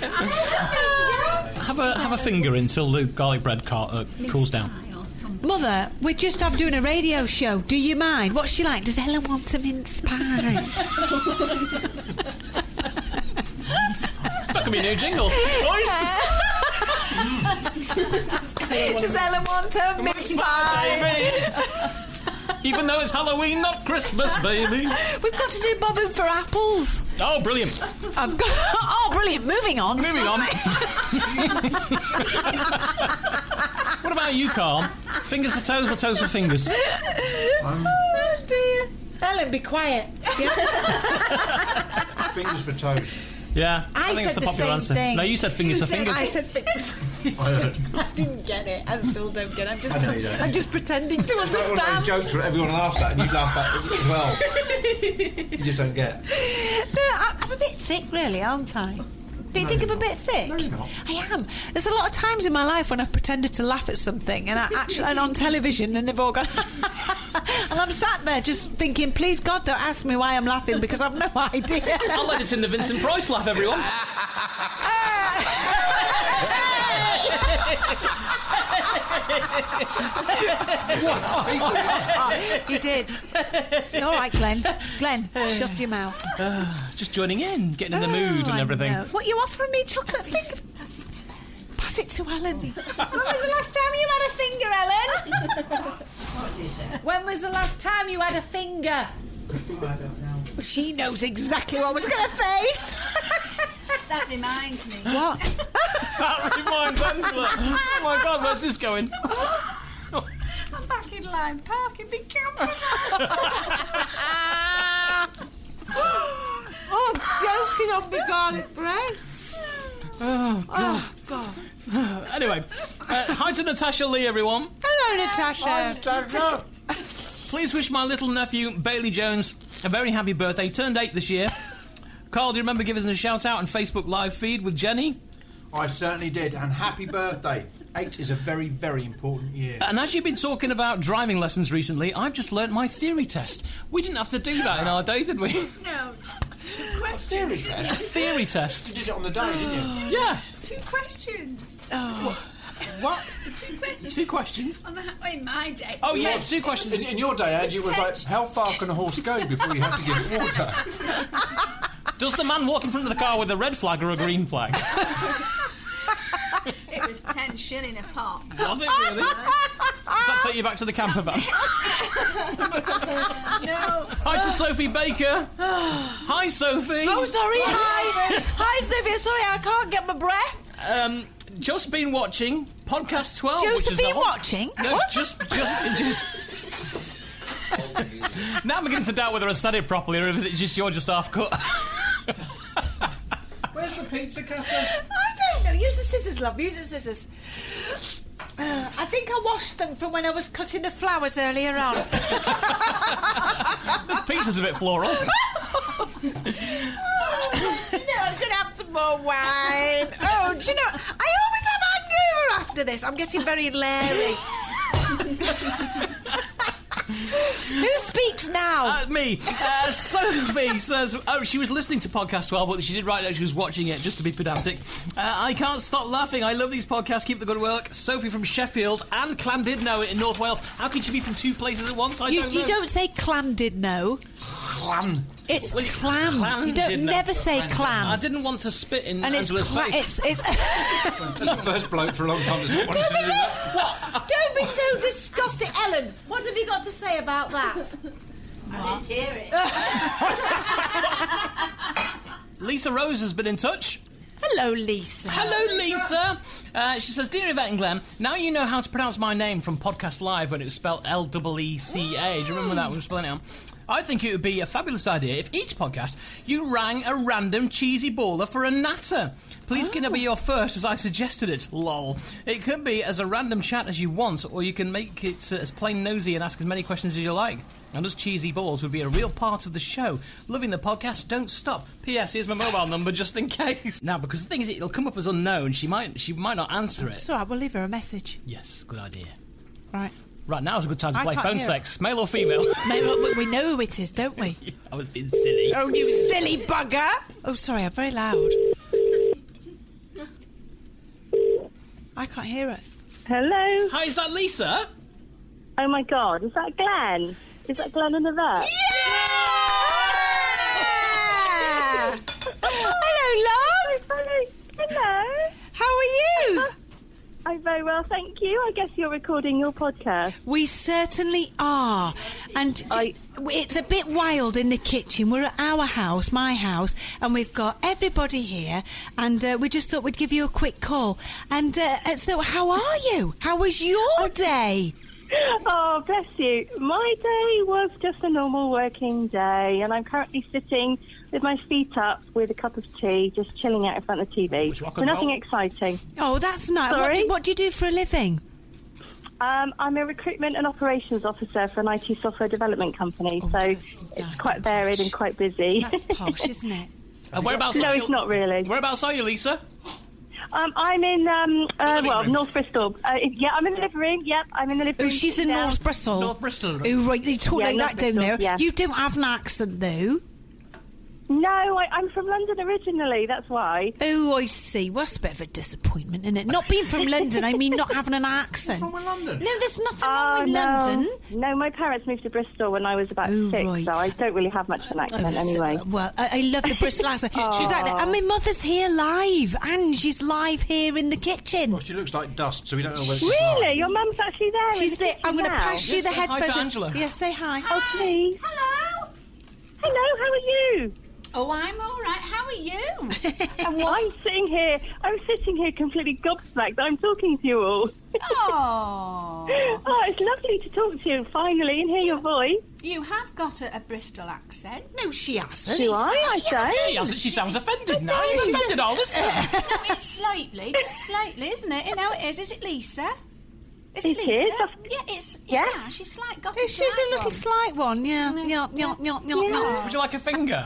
[SPEAKER 4] get the fingers out.
[SPEAKER 5] I
[SPEAKER 4] Have a have a finger until the garlic bread car, uh, cools down.
[SPEAKER 5] rather. Mother, we're just off doing a radio show. Do you mind? What's she like? Does Ellen want some mince pie?
[SPEAKER 4] That could be a new jingle. Boys,
[SPEAKER 5] Does Ellen want a mince pie?
[SPEAKER 4] even though it's Halloween, not Christmas, baby.
[SPEAKER 5] We've got to do bobbing for apples.
[SPEAKER 4] Oh, brilliant.
[SPEAKER 5] I've got. Oh, brilliant. Moving on.
[SPEAKER 4] Moving on. What about you, Carl? Fingers for toes or toes for fingers?
[SPEAKER 5] oh, dear. Ellen, be quiet. Ah,
[SPEAKER 6] fingers for toes?
[SPEAKER 4] Yeah,
[SPEAKER 5] I
[SPEAKER 4] think it's the
[SPEAKER 5] said the
[SPEAKER 4] popular
[SPEAKER 5] same
[SPEAKER 4] answer.
[SPEAKER 5] thing.
[SPEAKER 4] No, you said fingers for fingers.
[SPEAKER 5] I said fingers. I didn't get it. I still don't get it. I'm just,
[SPEAKER 6] I know you don't.
[SPEAKER 5] I'm just pretending to
[SPEAKER 6] It's like one of those
[SPEAKER 5] understand.
[SPEAKER 6] jokes where everyone laughs at and you laugh at it as well. You just don't get. it.
[SPEAKER 5] No, I- I'm a bit thick, really, aren't I? Do you think I'm a bit thick? No, you're not. I am. There's a lot of times in my life when I've pretended to laugh at something, and I actually, and on television, and they've all gone, and I'm sat there just thinking, please God, don't ask me why I'm laughing because I've no idea.
[SPEAKER 4] I'll let it in the Vincent Price laugh, everyone.
[SPEAKER 5] you did. All right, Glenn. Glenn, shut your mouth.
[SPEAKER 4] Just joining in, getting in the mood
[SPEAKER 5] Oh,
[SPEAKER 4] and
[SPEAKER 5] I
[SPEAKER 4] everything.
[SPEAKER 5] know. What you offering me, chocolate finger?
[SPEAKER 3] Pass it to her.
[SPEAKER 5] Pass it to Ellen. when was the last time you had a finger, Ellen? when was the last time you had a finger? I don't know. She knows exactly what I was going to face.
[SPEAKER 23] That reminds me.
[SPEAKER 5] what?
[SPEAKER 4] That reminds Angela. Oh my god, where's this going?
[SPEAKER 23] I'm back in Lyme Park in the camera.
[SPEAKER 5] oh, I'm joking on my garlic bread.
[SPEAKER 4] Oh,
[SPEAKER 5] Oh, God.
[SPEAKER 4] God. Anyway, uh, hi to Natasha Lee, everyone.
[SPEAKER 5] Hello, Natasha.
[SPEAKER 4] Please wish my little nephew, Bailey Jones, a very happy birthday. He turned eight this year. Carl, do you remember giving us a shout out on Facebook live feed with Jenny?
[SPEAKER 6] I certainly did, and happy birthday. Eight is a very, very important year.
[SPEAKER 4] And as you've been talking about driving lessons recently, I've just learnt my theory test. We didn't have to do that in our day, did we?
[SPEAKER 24] No. Two questions.
[SPEAKER 4] A theory test.
[SPEAKER 6] You did it on the day, didn't
[SPEAKER 4] you? Yeah.
[SPEAKER 24] Two questions.
[SPEAKER 4] What?
[SPEAKER 24] Two questions.
[SPEAKER 4] Two questions.
[SPEAKER 3] Oh,
[SPEAKER 24] On the, in my day.
[SPEAKER 4] Oh,
[SPEAKER 6] It was. In, in your day, Andy, it was like, how far can a horse go before you have to give it water?
[SPEAKER 4] Does the man walk in front of the car with a red flag or a green flag?
[SPEAKER 24] It was ten shilling a pop.
[SPEAKER 4] Was it really? Does that take you back to the camper van?
[SPEAKER 24] no.
[SPEAKER 4] Hi to Sophie Baker. Hi, Sophie.
[SPEAKER 5] Oh, sorry. Hi. Hi, Sophia. Sorry, I can't get my breath.
[SPEAKER 4] Um, just been watching podcast twelve.
[SPEAKER 5] Just
[SPEAKER 4] Oh, which is
[SPEAKER 5] been
[SPEAKER 4] the one-
[SPEAKER 5] watching?
[SPEAKER 4] No,
[SPEAKER 5] What?
[SPEAKER 4] just just. now I'm beginning to doubt whether I said it properly or if it's just you're just half cut.
[SPEAKER 6] Where's the pizza cutter?
[SPEAKER 5] I don't know. Use the scissors, love. Use the scissors. Uh, I think I washed them from when I was cutting the flowers earlier on.
[SPEAKER 4] this pizza's a bit floral.
[SPEAKER 5] you know, I'm going to have some more wine. Oh, do you know, I always have hangover after this. I'm getting very Larry. Who speaks now?
[SPEAKER 4] Uh, me. Uh, Sophie says, oh, she was listening to podcast 12, but she did write that she was watching it just to be pedantic. Uh, I can't stop laughing. I love these podcasts. Keep the good work. Sophie from Sheffield and Clandidno in North Wales. How can she be from two places at once? I
[SPEAKER 5] you,
[SPEAKER 4] don't know.
[SPEAKER 5] you don't say clan did no.
[SPEAKER 4] Clan.
[SPEAKER 5] It's clan. You don't never say clan.
[SPEAKER 4] I didn't want to spit in
[SPEAKER 5] And it's
[SPEAKER 4] Angela's
[SPEAKER 5] cla-
[SPEAKER 4] face.
[SPEAKER 5] it's it's.
[SPEAKER 6] That's the first bloke for a long time that's not wanted
[SPEAKER 5] Don't
[SPEAKER 6] to
[SPEAKER 5] be,
[SPEAKER 6] do that.
[SPEAKER 5] so, don't be so disgusted, Ellen. What have you got to say about that?
[SPEAKER 24] I didn't hear it.
[SPEAKER 4] Lisa Rose has been in touch.
[SPEAKER 5] Hello, Lisa.
[SPEAKER 4] Hello, Lisa. Uh, she says, Dear Yvette and Glenn, now you know how to pronounce my name from Podcast Live when it was spelled L E E C A. Do you remember that? We were spelling it out. I think it would be a fabulous idea if each podcast you rang a random cheesy baller for a natter. Please, can it be your first as I suggested it? Lol. It could be as a random chat as you want, or you can make it uh, as plain nosy and ask as many questions as you like. And us cheesy balls would be a real part of the show. Loving the podcast, don't stop. P.S. Here's my mobile number just in case. Now, because the thing is, it'll come up as unknown. She might, she might not answer it.
[SPEAKER 5] So I will leave her a message.
[SPEAKER 4] Yes, good idea.
[SPEAKER 5] Right.
[SPEAKER 4] Right now's a good time to
[SPEAKER 5] I
[SPEAKER 4] play
[SPEAKER 5] can't
[SPEAKER 4] phone
[SPEAKER 5] hear.
[SPEAKER 4] sex, male or female.
[SPEAKER 5] Mate, look, we- we know who it is, don't we?
[SPEAKER 4] I was being silly.
[SPEAKER 5] Oh, you silly bugger! Oh, sorry, I'm very loud. I can't hear it.
[SPEAKER 3] Hello.
[SPEAKER 4] Hi, is that Lisa? Uh,
[SPEAKER 3] Oh my God, is that Glenn? Is that Glenn and Yvette?
[SPEAKER 5] Hello,
[SPEAKER 3] love. Hello.
[SPEAKER 5] How are you?
[SPEAKER 3] I'm very well, thank you. I guess you're recording your podcast.
[SPEAKER 5] We certainly are. And j- it's a bit wild in the kitchen. We're at our house, my house, and we've got everybody here. And uh, we just thought we'd give you a quick call. And uh, uh, so, how are you? How was your day?
[SPEAKER 3] Oh, bless you. My day was just a normal working day, and I'm currently sitting with my feet up with a cup of tea, just chilling out in front of the TV.
[SPEAKER 5] rock
[SPEAKER 3] So
[SPEAKER 5] and
[SPEAKER 3] nothing
[SPEAKER 5] roll.
[SPEAKER 3] exciting.
[SPEAKER 5] Oh, that's nice. What
[SPEAKER 3] Sorry?
[SPEAKER 5] do, what do you do for a living?
[SPEAKER 3] Um, I'm a recruitment and operations officer for an IT software development company, so it's quite varied and quite busy.
[SPEAKER 5] Oh, That's posh, isn't it?
[SPEAKER 4] And whereabouts
[SPEAKER 3] no,
[SPEAKER 4] are you?
[SPEAKER 3] it's not really.
[SPEAKER 4] Whereabouts are you, Lisa?
[SPEAKER 3] Um, I'm in, um, uh,
[SPEAKER 4] living
[SPEAKER 3] well,
[SPEAKER 4] room.
[SPEAKER 3] North Bristol. Uh, yeah, I'm in the living room. Yep, I'm in the living
[SPEAKER 5] Oh,
[SPEAKER 3] room.
[SPEAKER 5] she's
[SPEAKER 3] Sit
[SPEAKER 5] in
[SPEAKER 3] down.
[SPEAKER 5] North Bristol.
[SPEAKER 4] North Bristol.
[SPEAKER 5] Oh, right. You talk
[SPEAKER 3] Yeah,
[SPEAKER 5] like
[SPEAKER 3] North
[SPEAKER 5] that down
[SPEAKER 3] Bristol,
[SPEAKER 5] there.
[SPEAKER 3] yeah.
[SPEAKER 5] You don't have an accent, though.
[SPEAKER 3] No, I, I'm from London originally. That's why.
[SPEAKER 5] Oh, I see. Well, that's a bit of a disappointment, isn't it? Not being from London, I mean not having an accent.
[SPEAKER 3] London.
[SPEAKER 5] No, there's nothing
[SPEAKER 3] oh,
[SPEAKER 5] wrong with
[SPEAKER 3] no.
[SPEAKER 5] London.
[SPEAKER 3] No, my parents moved to Bristol when I was about six, so I don't really have much of an accent
[SPEAKER 5] that's-
[SPEAKER 3] anyway.
[SPEAKER 5] Oh, uh, Well, I, I love the Bristol accent. she's like, and my mother's here live, and she's live here in the kitchen.
[SPEAKER 6] She looks like dust, so we don't know whether she's
[SPEAKER 3] Really? Your mum's actually there? in
[SPEAKER 5] Oh. She's
[SPEAKER 3] the
[SPEAKER 5] there. I'm
[SPEAKER 3] kitchen
[SPEAKER 5] going to
[SPEAKER 3] now?
[SPEAKER 5] pass you the headphones. Yeah, say hi.
[SPEAKER 3] Oh, please.
[SPEAKER 24] Hello.
[SPEAKER 3] Hello, how are you?
[SPEAKER 24] Oh, I'm all right. How are you?
[SPEAKER 3] And I'm sitting here, I'm sitting here completely gobsmacked that I'm talking to you all.
[SPEAKER 24] Oh,
[SPEAKER 3] Oh, it's lovely to talk to you finally and hear your voice.
[SPEAKER 24] you have got a, a Bristol accent.
[SPEAKER 5] No, she hasn't.
[SPEAKER 3] Do I? I say.
[SPEAKER 4] She, hasn't- she sounds offended now. You've
[SPEAKER 24] She's
[SPEAKER 4] offended all this time.
[SPEAKER 24] No, it's slightly, just slightly, isn't it? You know it is. Is it Lisa?
[SPEAKER 25] Is
[SPEAKER 3] It
[SPEAKER 25] it,
[SPEAKER 3] is.
[SPEAKER 25] Lisa?
[SPEAKER 3] That's-
[SPEAKER 25] Yeah, it's yeah. she's slight. Got a
[SPEAKER 5] She's
[SPEAKER 25] slight
[SPEAKER 5] a little
[SPEAKER 25] one.
[SPEAKER 5] slight one, yeah. Yop, yop, yop, yop,
[SPEAKER 3] Yeah.
[SPEAKER 5] yop.
[SPEAKER 4] Would you like a finger?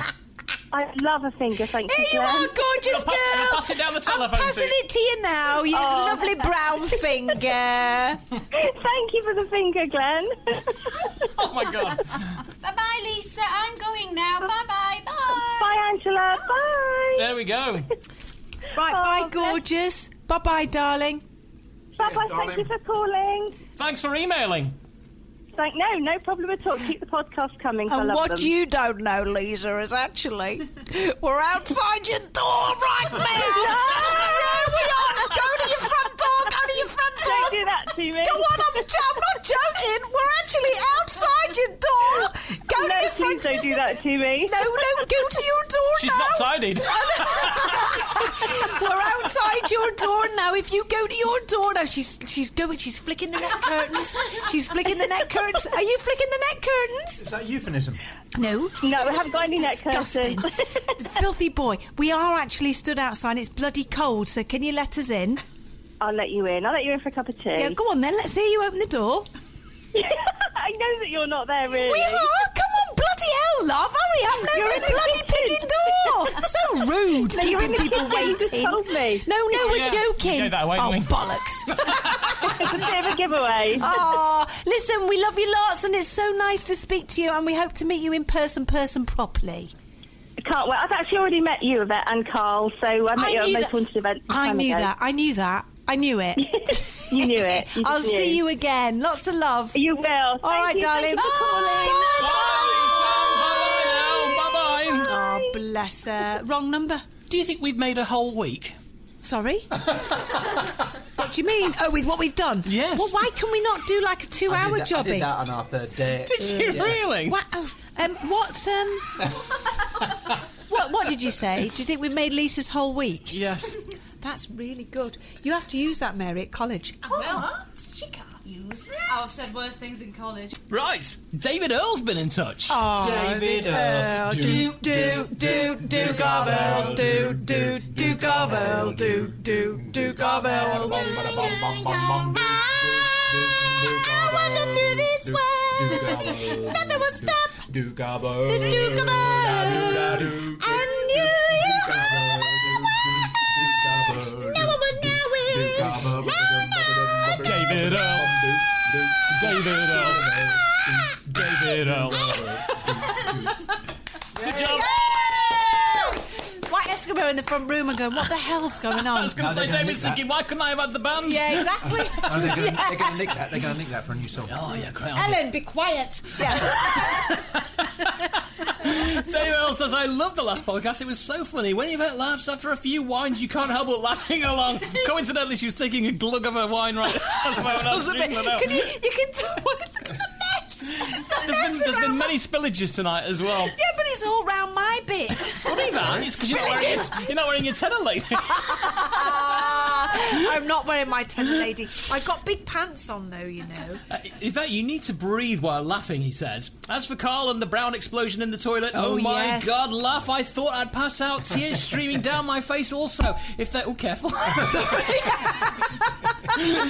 [SPEAKER 3] I love a finger, thank
[SPEAKER 5] Here
[SPEAKER 3] you.
[SPEAKER 5] you
[SPEAKER 3] Jen.
[SPEAKER 5] are, gorgeous girl.
[SPEAKER 4] I'll pass it down the telephone.
[SPEAKER 5] I'm passing
[SPEAKER 4] to you.
[SPEAKER 5] it to you now. You
[SPEAKER 3] Oh.
[SPEAKER 5] lovely brown finger.
[SPEAKER 3] Thank you for the finger, Glenn.
[SPEAKER 4] Oh my god.
[SPEAKER 25] Bye bye, Lisa. I'm going now. Bye bye. Bye.
[SPEAKER 3] Bye, Angela. Bye.
[SPEAKER 4] There we go.
[SPEAKER 5] Right, bye, gorgeous. Bye bye, darling.
[SPEAKER 3] Bye bye. Thank
[SPEAKER 4] darling.
[SPEAKER 3] you for calling.
[SPEAKER 4] Thanks for emailing.
[SPEAKER 3] Thank no, no problem at all. Keep the podcast coming. 'cause I
[SPEAKER 5] And
[SPEAKER 3] love
[SPEAKER 5] what
[SPEAKER 3] them.
[SPEAKER 5] you don't know, Lisa, is actually we're outside your door right now. Yeah, we are. Go to your front door. Go to your front door.
[SPEAKER 3] Don't do that to me.
[SPEAKER 5] Go on, I'm, I'm not joking. We're actually outside your door. Go to your
[SPEAKER 3] No, please
[SPEAKER 5] front
[SPEAKER 3] don't do that to me.
[SPEAKER 5] No, no, go to your door
[SPEAKER 4] She's
[SPEAKER 5] now.
[SPEAKER 4] not tidied.
[SPEAKER 5] We're outside your door now. If you go to your door now, she's she's going. She's flicking the neck curtains. She's flicking the neck curtains. Are you flicking the neck curtains?
[SPEAKER 6] Is that euphemism?
[SPEAKER 5] No.
[SPEAKER 3] No, I haven't got any neck
[SPEAKER 5] Disgusting.
[SPEAKER 3] curtains.
[SPEAKER 5] Filthy boy. We are actually stood outside. It's bloody cold. So can you let us in?
[SPEAKER 3] I'll let you in. I'll let you in for a cup of tea.
[SPEAKER 5] Yeah, go on then. Let's hear you open the door.
[SPEAKER 3] I know that you're not there, really.
[SPEAKER 5] We are. Come on, bloody hell, love. Hurry up. No,
[SPEAKER 3] You're
[SPEAKER 5] no
[SPEAKER 3] in the
[SPEAKER 5] bloody
[SPEAKER 3] kitchen.
[SPEAKER 5] picking door. So rude.
[SPEAKER 3] No, you're in
[SPEAKER 5] keeping
[SPEAKER 3] the
[SPEAKER 5] people
[SPEAKER 3] kitchen. You just
[SPEAKER 5] waiting.
[SPEAKER 3] told me.
[SPEAKER 5] No, no, we're
[SPEAKER 4] Yeah, you
[SPEAKER 5] joking.
[SPEAKER 4] gave that away,
[SPEAKER 5] oh,
[SPEAKER 4] didn't we?
[SPEAKER 5] bollocks.
[SPEAKER 3] It's a bit of a giveaway.
[SPEAKER 5] oh, listen, we love you lots and it's so nice to speak to you and we hope to meet you in person, person properly.
[SPEAKER 3] I can't wait. I've actually already met you, Yvette and Carl, so I met
[SPEAKER 5] I
[SPEAKER 3] you at a
[SPEAKER 5] knew
[SPEAKER 3] most
[SPEAKER 5] that-
[SPEAKER 3] wanted event. some
[SPEAKER 5] I
[SPEAKER 3] time
[SPEAKER 5] knew
[SPEAKER 3] ago.
[SPEAKER 5] that. I knew that. I knew it.
[SPEAKER 3] You knew it. You
[SPEAKER 5] I'll
[SPEAKER 3] just
[SPEAKER 5] see
[SPEAKER 3] knew.
[SPEAKER 5] you again. Lots of love.
[SPEAKER 3] You will. All
[SPEAKER 5] All right, darling. Bye.
[SPEAKER 4] Bye, Lisa. Bye bye now. Bye bye.
[SPEAKER 5] Oh, bless her. Wrong number.
[SPEAKER 26] Do you think we've made a whole week?
[SPEAKER 5] Sorry. what do you mean? Oh, with what we've done?
[SPEAKER 26] Yes.
[SPEAKER 5] Well, why can we not do like a
[SPEAKER 6] I did
[SPEAKER 5] two-hour
[SPEAKER 6] that- I did
[SPEAKER 5] jobby?
[SPEAKER 6] that on our third date.
[SPEAKER 4] Did you
[SPEAKER 6] Yeah.
[SPEAKER 4] really?
[SPEAKER 5] What? oh, Um, what? Um, what? What did you say? Do you think we've made Lisa's whole week?
[SPEAKER 26] Yes.
[SPEAKER 5] That's really good. You have to use that, Mary, at college. Oh,
[SPEAKER 25] What? She can't use that.
[SPEAKER 27] Oh, I've said worse things in college.
[SPEAKER 4] Right. David Earl's been in touch.
[SPEAKER 6] David Earl.
[SPEAKER 5] do do do do Garvel do do do Garvel do do do Garvel. Ah, I wanna do this one. Nothing will stop
[SPEAKER 6] Do gobble.
[SPEAKER 5] this do Garvel. I knew you had no one now it.
[SPEAKER 4] David Earl. David Earl. David Earl. Good job.
[SPEAKER 5] White Eskimo in the front room and going, what the hell's going
[SPEAKER 4] I
[SPEAKER 5] on?
[SPEAKER 4] was going to
[SPEAKER 6] Now
[SPEAKER 4] say,
[SPEAKER 6] they're gonna
[SPEAKER 4] David's
[SPEAKER 6] nick that.
[SPEAKER 4] thinking, why couldn't I have had the band?
[SPEAKER 5] Yeah, exactly.
[SPEAKER 6] Oh, they're going to nick that. They're going to nick that for a new song.
[SPEAKER 4] Oh, yeah, great. idea.
[SPEAKER 5] Ellen, be quiet. Yeah.
[SPEAKER 4] David Earl says, I love the last podcast. It was so funny. When Yvette laughs after a few wines, you can't help but laughing along. Coincidentally, she was taking a glug of her wine right at the moment. I was drinking it out.
[SPEAKER 5] can you, you can tell look at the mess. The
[SPEAKER 4] There's been,
[SPEAKER 5] mess
[SPEAKER 4] there's been
[SPEAKER 5] around
[SPEAKER 4] many spillages tonight as well.
[SPEAKER 5] my- Yeah, but it's all round my bit.
[SPEAKER 4] What do you mean? It's because you're, not wearing your- you're not wearing your tenor lady.
[SPEAKER 5] Ah, I'm not wearing my tenor lady. I've got big pants on though, you know.
[SPEAKER 4] Uh, in fact, you need to breathe while laughing, he says. As for Carl and the brown explosion in the toilet, oh,
[SPEAKER 5] Oh,
[SPEAKER 4] my
[SPEAKER 5] yes.
[SPEAKER 4] god, laugh. I thought I'd pass out, tears streaming down my face also. If they. Oh, careful. Sorry.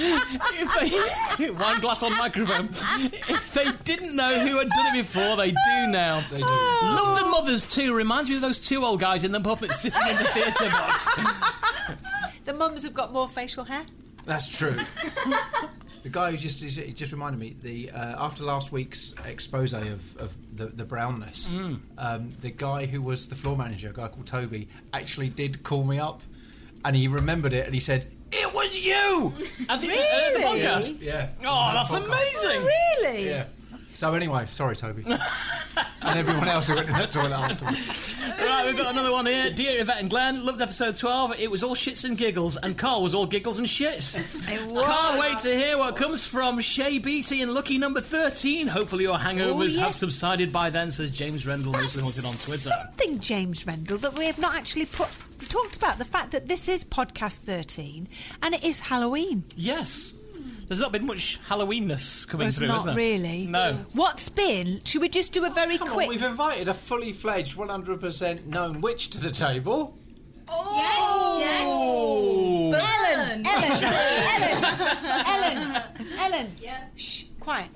[SPEAKER 4] if they. Wine glass on microphone. If they didn't know who had done it before, they do now. They do. Love the mothers too. Reminds me of those two old guys in the puppet sitting in the theatre box.
[SPEAKER 5] The mums have got more facial hair.
[SPEAKER 6] That's true. the guy who just is- he just reminded me the uh, after last week's expose of, of the, the brownness, um, the guy who was the floor manager, a guy called Toby, actually did call me up, and he remembered it, and he said, "It was you."
[SPEAKER 4] And it- uh, the
[SPEAKER 5] Really?
[SPEAKER 4] podcast.
[SPEAKER 6] Yeah.
[SPEAKER 4] Oh, that's
[SPEAKER 6] Podcast.
[SPEAKER 4] amazing.
[SPEAKER 5] Really?
[SPEAKER 6] Yeah. So anyway, sorry, Toby, and everyone else who went in that toilet afterwards.
[SPEAKER 4] Right, we've got another one here. Dear Yvette and Glenn, loved episode 12. It was all shits and giggles, and Carl was all giggles and shits. Can't wait to hear what comes from Shea Beatty and Lucky Number 13. Hopefully, your hangovers
[SPEAKER 5] Oh, yeah.
[SPEAKER 4] have subsided by then, says James Rendell,
[SPEAKER 5] That's
[SPEAKER 4] mostly haunted on Twitter.
[SPEAKER 5] Something, James Rendell, that we have not actually put, talked about the fact that this is podcast 13 and it is Halloween.
[SPEAKER 4] Yes. There's not been much Halloweenness coming
[SPEAKER 5] It's
[SPEAKER 4] through,
[SPEAKER 5] not
[SPEAKER 4] has there?
[SPEAKER 5] really.
[SPEAKER 4] No.
[SPEAKER 5] What's been? Should we just do a very
[SPEAKER 6] Come
[SPEAKER 5] quick?
[SPEAKER 6] on, we've invited a fully fledged, one hundred percent known witch to the table.
[SPEAKER 25] Yes.
[SPEAKER 4] Oh.
[SPEAKER 5] Ellen, Ellen, Ellen, Ellen,
[SPEAKER 3] Helen.
[SPEAKER 5] Yeah.
[SPEAKER 3] Shh. Quiet.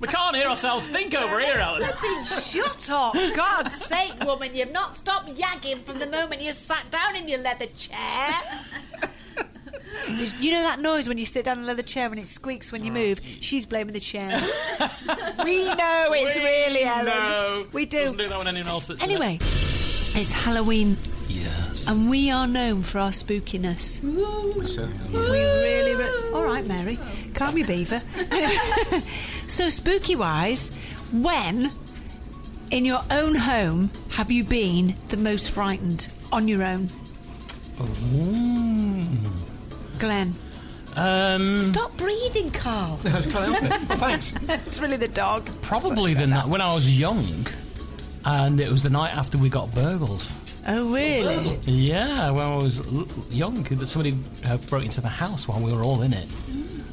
[SPEAKER 4] We can't hear ourselves think over here, Alan.
[SPEAKER 3] Shut up! God's sake, woman, you've not stopped yagging from the moment you sat down in your leather chair.
[SPEAKER 28] You know that noise when you sit down in a leather chair and it squeaks when you move? She's blaming the chair. we know it's
[SPEAKER 4] We
[SPEAKER 28] really Ellen.
[SPEAKER 4] know.
[SPEAKER 28] We do.
[SPEAKER 4] Doesn't do that when anyone else sits in it.
[SPEAKER 28] Anyway, it's Halloween. Yes.
[SPEAKER 5] Um,
[SPEAKER 28] And we are known for our spookiness. We really, re- all right, Mary, calm your beaver. so, spooky wise, when in your own home have you been the most frightened on your own, Glenn?
[SPEAKER 4] Mm. Um,
[SPEAKER 28] Stop breathing, Carl.
[SPEAKER 4] I can't help it. Thanks.
[SPEAKER 28] it's really the dog.
[SPEAKER 4] Probably the night when I was young, and it was the night after we got burgled.
[SPEAKER 28] Oh, really?
[SPEAKER 4] Yeah, when I was l- young, that somebody uh, broke into the house while we were all in it.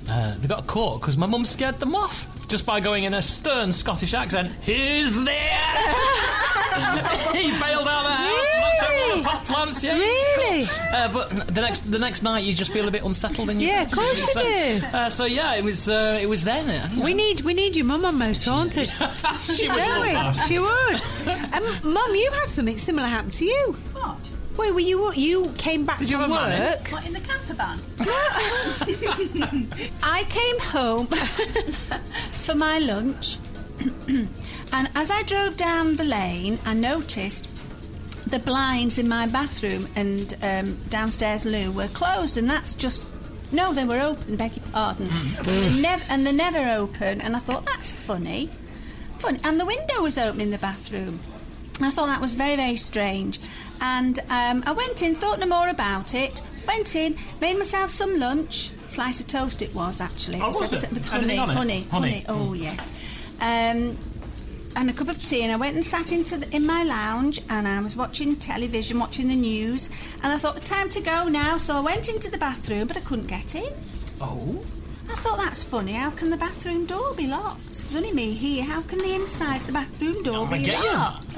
[SPEAKER 4] Uh, they got caught because my mum scared them off just by going in a stern Scottish accent. He's there. he bailed out of the house. knocked over the pot plants. Yeah,
[SPEAKER 28] really?
[SPEAKER 4] Uh, but the next the next night, you just feel a bit unsettled, and you
[SPEAKER 28] Yeah, of course you
[SPEAKER 4] so,
[SPEAKER 28] do.
[SPEAKER 4] Uh, so yeah, it was uh, it was then. I think
[SPEAKER 28] We need we need your mum on Most Haunted.
[SPEAKER 4] She would
[SPEAKER 28] Don't
[SPEAKER 4] love
[SPEAKER 28] we?
[SPEAKER 4] that.
[SPEAKER 28] She would. Um, mum, you had something similar happen to you. What? Wait, well, you you came back
[SPEAKER 5] Did you
[SPEAKER 28] from
[SPEAKER 5] have a manic?
[SPEAKER 28] work.
[SPEAKER 5] What, in the camper van?
[SPEAKER 28] I came home for
[SPEAKER 5] my lunch, and as I drove down the lane, I noticed the blinds in my bathroom and um, downstairs loo were closed, and that's just. No, they were open, beg your pardon. They nev- and they never open, and I thought, that's funny. Funny. And the window was open in the bathroom. And I thought that was very, very strange. And um, I went in, thought no more about it. Went in, made myself some lunch. Slice of toast it was, actually.
[SPEAKER 28] Oh, was
[SPEAKER 5] With-
[SPEAKER 28] it?
[SPEAKER 5] With
[SPEAKER 28] Anything
[SPEAKER 5] honey,
[SPEAKER 28] on it?
[SPEAKER 5] honey,
[SPEAKER 28] Honey. Mm.
[SPEAKER 5] honey. Oh, yes. Um, and a cup of tea, and I went and sat into the, in my lounge, and I was watching television, watching the news, and I thought time to go now. So I went into the bathroom, but I couldn't get in.
[SPEAKER 4] Oh.
[SPEAKER 5] I thought that's funny. How can the bathroom door be locked? It's only me here. How can the inside of the bathroom door
[SPEAKER 4] Oh, I
[SPEAKER 5] be
[SPEAKER 4] get you.
[SPEAKER 5] locked?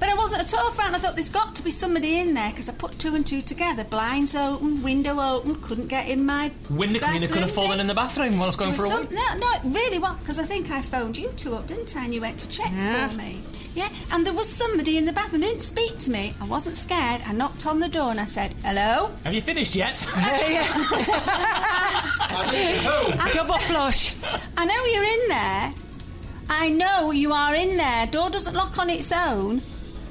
[SPEAKER 5] But I wasn't at all frightened. I thought there's got to be somebody in there because I put two and two together. Blinds open, window open, couldn't get in my
[SPEAKER 4] Window cleaner could have
[SPEAKER 5] bathroom
[SPEAKER 4] fallen in the bathroom while I was going
[SPEAKER 5] it
[SPEAKER 4] for a
[SPEAKER 5] was
[SPEAKER 4] walk.
[SPEAKER 5] some- No, no, it really was because I think I phoned you two up, didn't I? And you went to check
[SPEAKER 4] Yeah.
[SPEAKER 5] for me. Yeah, and there was somebody in the bathroom. Didn't speak to me. I wasn't scared. I knocked on the door and I said, "Hello."
[SPEAKER 4] Have you finished yet?
[SPEAKER 5] I
[SPEAKER 28] Double
[SPEAKER 5] said,
[SPEAKER 28] flush.
[SPEAKER 5] I know you're in there. I know you are in there. Door doesn't lock on its own.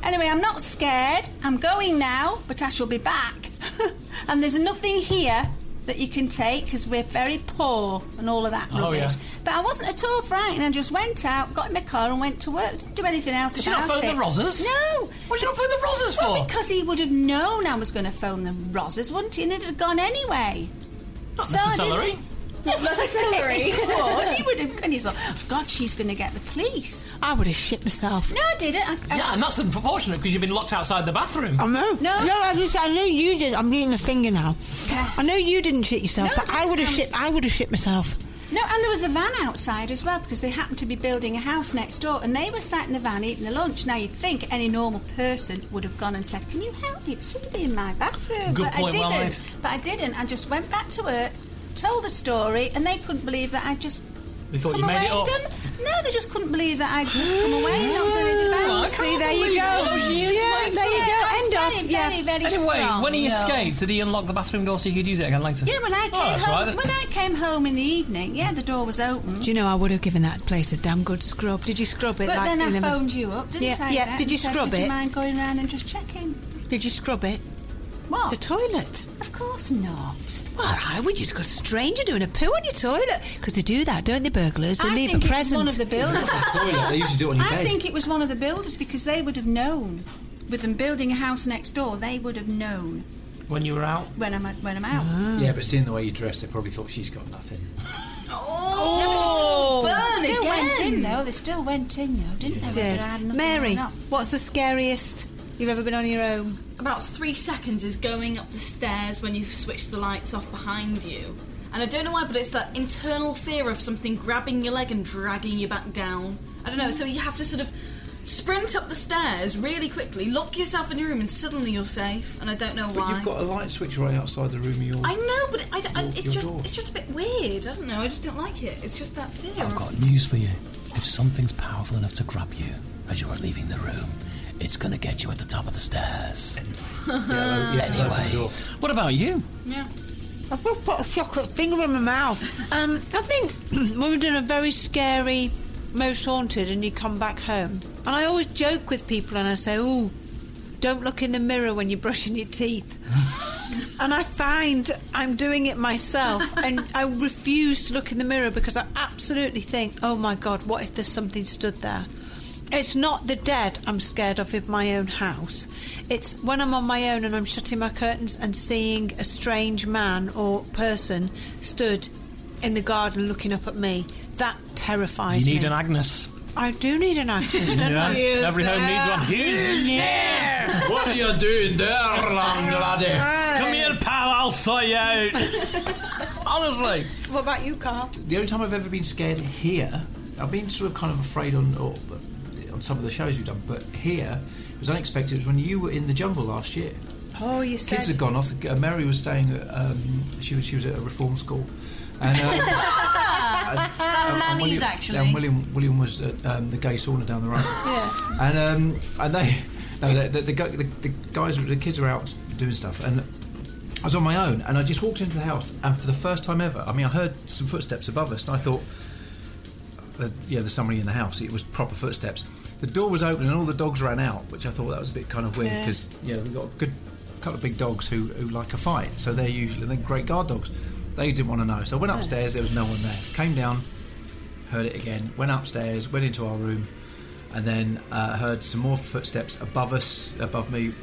[SPEAKER 5] Anyway, I'm not scared. I'm going now, but I shall be back. and there's nothing here that you can take because we're very poor and all of that
[SPEAKER 4] Oh,
[SPEAKER 5] rubbish.
[SPEAKER 4] yeah.
[SPEAKER 5] But I wasn't at all frightened. I just went out, got in my car, and went to work. Didn't do anything else
[SPEAKER 4] Did you
[SPEAKER 5] about
[SPEAKER 4] not phone
[SPEAKER 5] it.
[SPEAKER 4] the Rozzers?
[SPEAKER 5] No.
[SPEAKER 4] What did you not phone the Rozzers
[SPEAKER 5] Well,
[SPEAKER 4] for?
[SPEAKER 5] Because he would have known I was going to phone the Rozzers, wouldn't he? And he'd have gone anyway.
[SPEAKER 4] Not
[SPEAKER 5] So I didn't-
[SPEAKER 4] necessarily.
[SPEAKER 5] Not
[SPEAKER 28] necessarily.
[SPEAKER 5] He would. He would have. And he's like, "Oh, God, she's going to get the police.
[SPEAKER 28] I would have shit myself.
[SPEAKER 5] No, I didn't. I, I-
[SPEAKER 4] Yeah, and that's unfortunate because you've been locked outside the bathroom.
[SPEAKER 28] I know. No, no I, just, I know you did. I'm reading a finger now. I know you didn't shit yourself,
[SPEAKER 5] No,
[SPEAKER 28] but I would have shit. I would have shit myself.
[SPEAKER 5] No, and there was a van outside as well because they happened to be building a house next door and they were sat in the van eating the lunch. Now, you'd think any normal person would have gone and said, Can you help me? It's somebody in my bathroom.
[SPEAKER 4] Good
[SPEAKER 5] but
[SPEAKER 4] point,
[SPEAKER 5] I
[SPEAKER 4] well
[SPEAKER 5] didn't.
[SPEAKER 4] made.
[SPEAKER 5] But I didn't. I just went back to work, told the story, and they couldn't believe that I just.
[SPEAKER 4] They thought
[SPEAKER 5] come
[SPEAKER 4] you made
[SPEAKER 5] away
[SPEAKER 4] it up.
[SPEAKER 5] and done- No, they just couldn't believe that I'd just come away and not done anything
[SPEAKER 28] Oh,
[SPEAKER 5] about
[SPEAKER 28] I
[SPEAKER 5] it.
[SPEAKER 28] See, can't there you believe go. all those years Yeah, later. there you go. End of,
[SPEAKER 5] I was Very,
[SPEAKER 28] yeah.
[SPEAKER 5] very, very
[SPEAKER 4] Anyway,
[SPEAKER 5] strong.
[SPEAKER 4] when he
[SPEAKER 5] No.
[SPEAKER 4] escaped, did he unlock the bathroom door so he could use it again later?
[SPEAKER 5] Yeah, when I came
[SPEAKER 4] Oh, that's
[SPEAKER 5] home,
[SPEAKER 4] right.
[SPEAKER 5] when I came home in the evening, yeah, the door was open.
[SPEAKER 28] Do you know I would have given that place a damn good scrub? Did you scrub it?
[SPEAKER 5] But
[SPEAKER 28] like,
[SPEAKER 5] then I
[SPEAKER 28] in a-
[SPEAKER 5] phoned you up, didn't
[SPEAKER 28] yeah,
[SPEAKER 5] I?
[SPEAKER 28] Yeah.
[SPEAKER 5] Beth,
[SPEAKER 28] Did you
[SPEAKER 5] and said,
[SPEAKER 28] scrub
[SPEAKER 5] Would
[SPEAKER 28] it?
[SPEAKER 5] you mind going round and just checking?
[SPEAKER 28] Did you scrub it?
[SPEAKER 5] What?
[SPEAKER 28] The toilet.
[SPEAKER 5] Of course not.
[SPEAKER 28] Well, I would. You'd got a stranger doing a poo on your toilet because they do that, don't they, burglars? They
[SPEAKER 5] I
[SPEAKER 28] leave
[SPEAKER 5] think
[SPEAKER 28] a
[SPEAKER 5] it was
[SPEAKER 28] present.
[SPEAKER 5] one of the builders.
[SPEAKER 6] Toilet, they usually do it on your
[SPEAKER 5] I
[SPEAKER 6] bed.
[SPEAKER 5] think it was one of the builders because they would have known. With them building a house next door, they would have known
[SPEAKER 4] When you were out.
[SPEAKER 5] when I'm when I'm out.
[SPEAKER 28] Uh-huh.
[SPEAKER 6] Yeah, but seeing the way you dress, they probably thought she's got nothing.
[SPEAKER 5] Oh,
[SPEAKER 28] burn
[SPEAKER 5] still
[SPEAKER 28] again.
[SPEAKER 5] went in though. They still went in though, didn't they? Whether I had
[SPEAKER 28] Did.
[SPEAKER 5] nothing
[SPEAKER 28] Mary,
[SPEAKER 5] or not.
[SPEAKER 28] what's the scariest you've ever been on your own?
[SPEAKER 11] about three seconds is going up the stairs when you've switched the lights off behind you. And I don't know why, but it's that internal fear of something grabbing your leg and dragging you back down. I don't know, so you have to sort of
[SPEAKER 5] sprint up the stairs really quickly, lock yourself in your room, and suddenly you're safe. And I don't know
[SPEAKER 6] But
[SPEAKER 5] why.
[SPEAKER 6] you've got a light switch right outside the room of your.
[SPEAKER 5] I know, but I, I-
[SPEAKER 6] Your-
[SPEAKER 5] it's
[SPEAKER 6] your
[SPEAKER 5] just
[SPEAKER 6] door.
[SPEAKER 5] it's just a bit weird. I don't know. I just don't like it. It's just that
[SPEAKER 6] Oh,
[SPEAKER 5] fear.
[SPEAKER 29] I've got news for you. If something's powerful enough to grab you as you're leaving the room, it's going to get you at the top of the stairs. anyway, what about you?
[SPEAKER 5] Yeah.
[SPEAKER 3] I've just put a chocolate finger in my mouth. Um, I think when we're doing a very scary Most Haunted and you come back home, and I always joke with people and I say, oh, don't look in the mirror when you're brushing your teeth. and I find I'm doing it myself and I refuse to look in the mirror because I absolutely think, oh my God, what if there's something stood there? It's not the dead I'm scared of in my own house. It's when I'm on my own and I'm shutting my curtains and seeing a strange man or person stood in the garden looking up at me. That terrifies
[SPEAKER 4] you need
[SPEAKER 3] me.
[SPEAKER 4] an Agnes.
[SPEAKER 3] I do need an actress, don't I?
[SPEAKER 4] Every home needs one. Who's there? What are you doing there, long laddie? Come here, pal. I'll sort you out. Honestly.
[SPEAKER 3] What about you, Carl?
[SPEAKER 6] The only time I've ever been scared here, I've been sort of kind of afraid on or, on some of the shows we've done, but here it was unexpected. It was when you were in the jungle last year.
[SPEAKER 3] Oh, you
[SPEAKER 6] Kids had gone off. Uh, Mary was staying. At, um, she was she was at a reform school, and. Um,
[SPEAKER 5] Ah,
[SPEAKER 6] and-
[SPEAKER 5] it's our
[SPEAKER 6] and
[SPEAKER 5] nannies
[SPEAKER 6] William-
[SPEAKER 5] actually.
[SPEAKER 6] And William William was at um, the gay sauna down the road.
[SPEAKER 5] Yeah.
[SPEAKER 6] And um, and they no the the, the, gu- the the guys the kids were out doing stuff and. I was on my own and I just walked into the house and for the first time ever, I mean, I heard some footsteps above us and I thought, uh, yeah, there's somebody in the house. It was proper footsteps. The door was open and all the dogs ran out, which I thought that was a bit kind of weird
[SPEAKER 4] Yeah.
[SPEAKER 6] because yeah, we've got a good couple of big dogs who, who like a fight, so they're usually they're great guard dogs. They didn't want to know, so I went
[SPEAKER 4] Oh.
[SPEAKER 6] upstairs. There was no one there. Came down, heard it again. Went upstairs, went into our room, and then uh, heard some more footsteps above us, above me.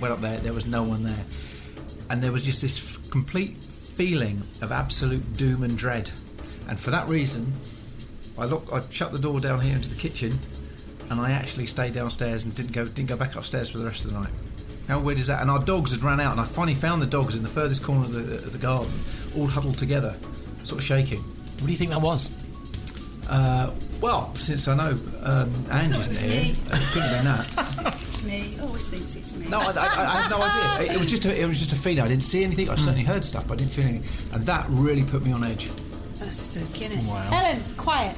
[SPEAKER 6] Went up there. There was no one there, and there was just this f- complete feeling of absolute doom and dread. And for that reason, I lock, I shut the door down here into the kitchen, and I actually stayed downstairs and didn't go didn't go back upstairs for the rest of the night. How weird is that? And our dogs had ran out, and I finally found the dogs in the furthest corner of the, of the garden, all huddled together, sort of shaking. What do you think that was? Uh, well, since I know um, Angie's
[SPEAKER 30] it was
[SPEAKER 6] not here,
[SPEAKER 30] me.
[SPEAKER 6] it couldn't have been that.
[SPEAKER 30] it's me. Always thinks it's me.
[SPEAKER 6] No, I, I, I had no idea. It, it was just a, it was just a feeling. I didn't see anything. I certainly heard stuff, but I didn't feel anything, and that really put me on edge.
[SPEAKER 3] That's spooky, isn't it?
[SPEAKER 6] Wow.
[SPEAKER 3] Helen, quiet.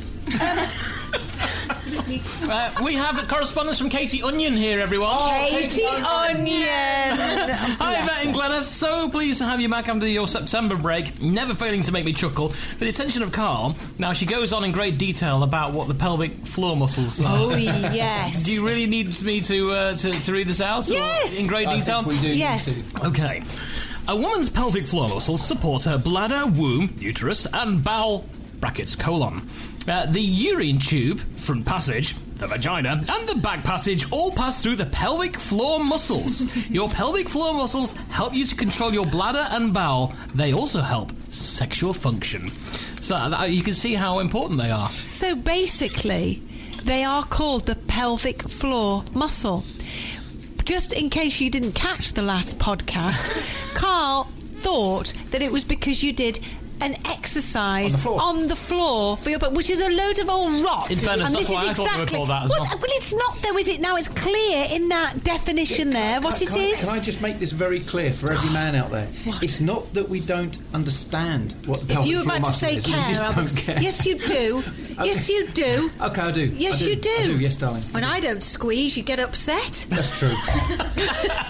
[SPEAKER 4] Uh, we have a correspondence from Katie Onion here, everyone.
[SPEAKER 3] Oh, Katie Katie Onion. Onion.
[SPEAKER 4] Hi, Matt and Glenn. I'm so pleased to have you back after your September break. Never failing to make me chuckle. For the attention of Carl, now she goes on in great detail about what the pelvic floor muscles are.
[SPEAKER 3] Oh, yes.
[SPEAKER 4] Do you really need me to uh, to, to read this out? or
[SPEAKER 3] Yes.
[SPEAKER 4] In great
[SPEAKER 3] I
[SPEAKER 4] detail?
[SPEAKER 3] think we do need Yes. to.
[SPEAKER 4] Okay. A woman's pelvic floor muscles support her bladder, womb, uterus, and bowel brackets colon. Uh, the urine tube, front passage, the vagina, and the back passage all pass through the pelvic floor muscles. your pelvic floor muscles help you to control your bladder and bowel. They also help sexual function. So uh, you can see how important they are.
[SPEAKER 3] So basically, they are called the pelvic floor muscle. Just in case you didn't catch the last podcast, Carl thought that it was because you did an exercise on the floor, for your butt, which is a load of old rot.
[SPEAKER 4] In fairness,
[SPEAKER 3] And
[SPEAKER 4] that's
[SPEAKER 3] this
[SPEAKER 4] why
[SPEAKER 3] is
[SPEAKER 4] I thought they were
[SPEAKER 3] exactly-
[SPEAKER 4] called that as
[SPEAKER 3] Well,
[SPEAKER 4] well.
[SPEAKER 3] well, it's not though, is it? Now it's clear in that definition there Uh, what
[SPEAKER 6] Can
[SPEAKER 3] it
[SPEAKER 6] I-
[SPEAKER 3] is.
[SPEAKER 6] Can I just make this very clear for every man out there? It's not that we don't understand what the
[SPEAKER 3] if
[SPEAKER 6] pelvic
[SPEAKER 3] you were
[SPEAKER 6] floor
[SPEAKER 3] about to
[SPEAKER 6] muscle
[SPEAKER 3] say
[SPEAKER 6] is.
[SPEAKER 3] care,
[SPEAKER 6] we just
[SPEAKER 3] I
[SPEAKER 6] don't
[SPEAKER 3] would-
[SPEAKER 6] care.
[SPEAKER 3] yes, you do. Yes, you do.
[SPEAKER 6] Okay, I do.
[SPEAKER 3] Yes,
[SPEAKER 6] I do.
[SPEAKER 3] you do.
[SPEAKER 6] I do. Yes, darling.
[SPEAKER 3] When I don't squeeze, you get upset.
[SPEAKER 6] That's true.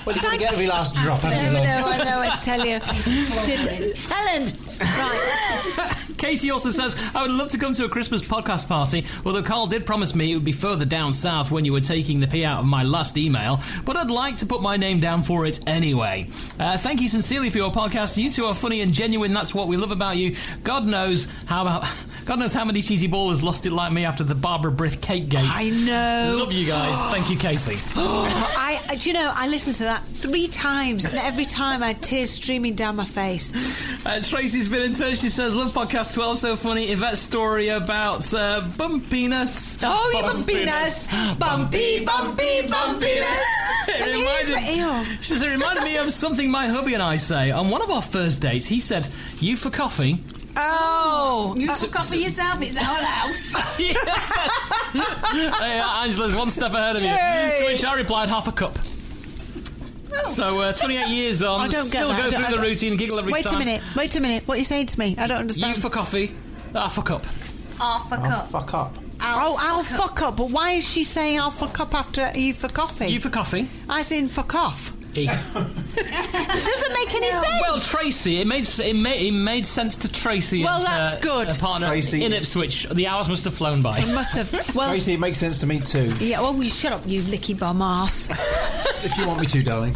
[SPEAKER 6] well, you gotta get every last drop, haven't
[SPEAKER 3] No,
[SPEAKER 6] you,
[SPEAKER 3] no,
[SPEAKER 6] love?
[SPEAKER 3] I know, I tell you. Did- Helen!
[SPEAKER 4] Katie also says, I would love to come to a Christmas podcast party, although Carl did promise me it would be further down south when you were taking the pee out of my last email, but I'd like to put my name down for it anyway. Uh, thank you sincerely for your podcast. You two are funny and genuine. That's what we love about you. God knows how about, God knows how many cheesy ballers lost it like me after the Barbara Brith cake gate.
[SPEAKER 3] I know.
[SPEAKER 4] Love you guys. Thank you, Katie.
[SPEAKER 3] I, I- do you know, I listened to that three times, and every time I had tears streaming down my face.
[SPEAKER 4] Uh, Tracy's been in touch. She says, "Love podcast twelve, so funny." Yvette's story about uh, bumpiness.
[SPEAKER 3] Oh, yeah, bumpiness.
[SPEAKER 4] bumpy,
[SPEAKER 3] bumpy, bumpiness.
[SPEAKER 4] It
[SPEAKER 3] And here's my
[SPEAKER 4] reminded, she says, "It reminded me of something my hubby and I say on one of our first dates." He said, "You for coffee."
[SPEAKER 3] Oh,
[SPEAKER 5] No,
[SPEAKER 4] You
[SPEAKER 5] you
[SPEAKER 4] took-
[SPEAKER 5] took off for uh, yourself. It's our house.
[SPEAKER 4] hey, uh, Angela's one step ahead of you.
[SPEAKER 5] Yay. Oh.
[SPEAKER 4] To which I replied, half a cup. So uh, 28 years on,
[SPEAKER 5] I don't get
[SPEAKER 4] still
[SPEAKER 5] that.
[SPEAKER 4] go
[SPEAKER 5] I don't-
[SPEAKER 4] through the
[SPEAKER 5] I-
[SPEAKER 4] routine, giggle every
[SPEAKER 5] wait
[SPEAKER 4] time.
[SPEAKER 5] a minute. Wait a minute. What are you saying to me? I don't
[SPEAKER 4] You
[SPEAKER 5] understand.
[SPEAKER 4] for coffee, half a cup.
[SPEAKER 5] I'll fuck up.
[SPEAKER 6] Fuck up.
[SPEAKER 5] oh, I'll fuck up. But why is she saying I'll fuck up after you for coffee?
[SPEAKER 4] You for coffee?
[SPEAKER 5] I said fuck off.
[SPEAKER 4] E.
[SPEAKER 5] doesn't make any sense.
[SPEAKER 4] Well, Tracy, it made s- it made, it made sense to Tracy.
[SPEAKER 5] Well,
[SPEAKER 4] and,
[SPEAKER 5] that's
[SPEAKER 4] uh,
[SPEAKER 5] good.
[SPEAKER 4] her partner
[SPEAKER 6] Tracy.
[SPEAKER 4] in Ipswich. The hours must have flown by.
[SPEAKER 5] It must have. Well,
[SPEAKER 6] Tracy, it makes sense to me too.
[SPEAKER 5] yeah. Well, you shut up, you licky bum ass.
[SPEAKER 6] If you want me to, darling.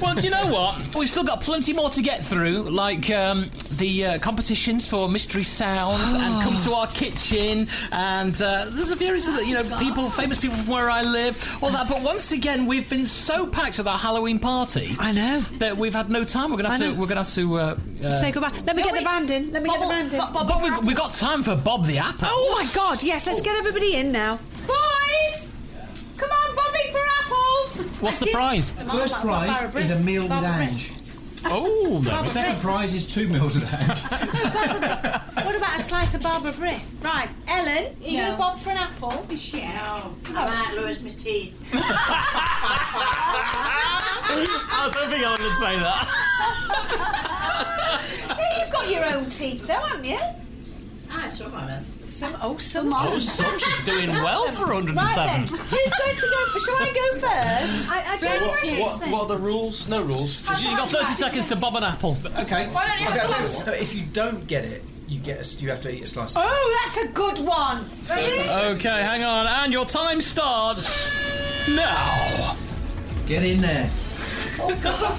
[SPEAKER 4] well, do you know what? We've still got plenty more to get through, like um, the uh, competitions for mystery sounds and come to our kitchen, and uh, there's appearances that you know people, famous people from where I live, all that. But once again, we've been so packed with our Halloween party. I know that we've had no time. We're gonna have
[SPEAKER 5] I
[SPEAKER 4] to. We're gonna have to uh, uh,
[SPEAKER 5] Say goodbye. Let me get the band in. Let me get the band in.
[SPEAKER 4] But we've, we've got time for Bob the Apple.
[SPEAKER 5] Oh my God! Yes, let's get everybody in now, boys. Come on, Bobby for apples.
[SPEAKER 4] What's the prize?
[SPEAKER 3] Oh,
[SPEAKER 6] First prize is a meal with Ange.
[SPEAKER 4] Oh,
[SPEAKER 5] there we
[SPEAKER 6] Second
[SPEAKER 5] go.
[SPEAKER 6] prize is two meals with Ange.
[SPEAKER 5] What about a slice of Barbara Brick? Right, Ellen, are you
[SPEAKER 3] No.
[SPEAKER 5] going to bob for an apple? Yeah.
[SPEAKER 3] I might lose my teeth.
[SPEAKER 4] I was hoping Ellen would say that.
[SPEAKER 5] yeah, you've got your own teeth though, haven't you?
[SPEAKER 3] Ah, some of them.
[SPEAKER 5] Some, oh, some of
[SPEAKER 4] Oh,
[SPEAKER 5] them.
[SPEAKER 4] some she's doing well for
[SPEAKER 5] Right
[SPEAKER 4] 107.
[SPEAKER 5] then, who's going to go for? Shall I go first? I, I
[SPEAKER 7] What,
[SPEAKER 5] don't know.
[SPEAKER 7] what, what are the rules? No rules.
[SPEAKER 4] You've got 30 seconds to bob an apple.
[SPEAKER 6] Okay.
[SPEAKER 5] Why don't you
[SPEAKER 6] okay,
[SPEAKER 5] have the
[SPEAKER 6] so
[SPEAKER 5] last-
[SPEAKER 6] so if you don't get it, you get a s you have to eat a slice. Of
[SPEAKER 5] Oh, that's a good one.
[SPEAKER 4] Okay, hang on. And your time starts now.
[SPEAKER 6] Get in there.
[SPEAKER 5] Oh God!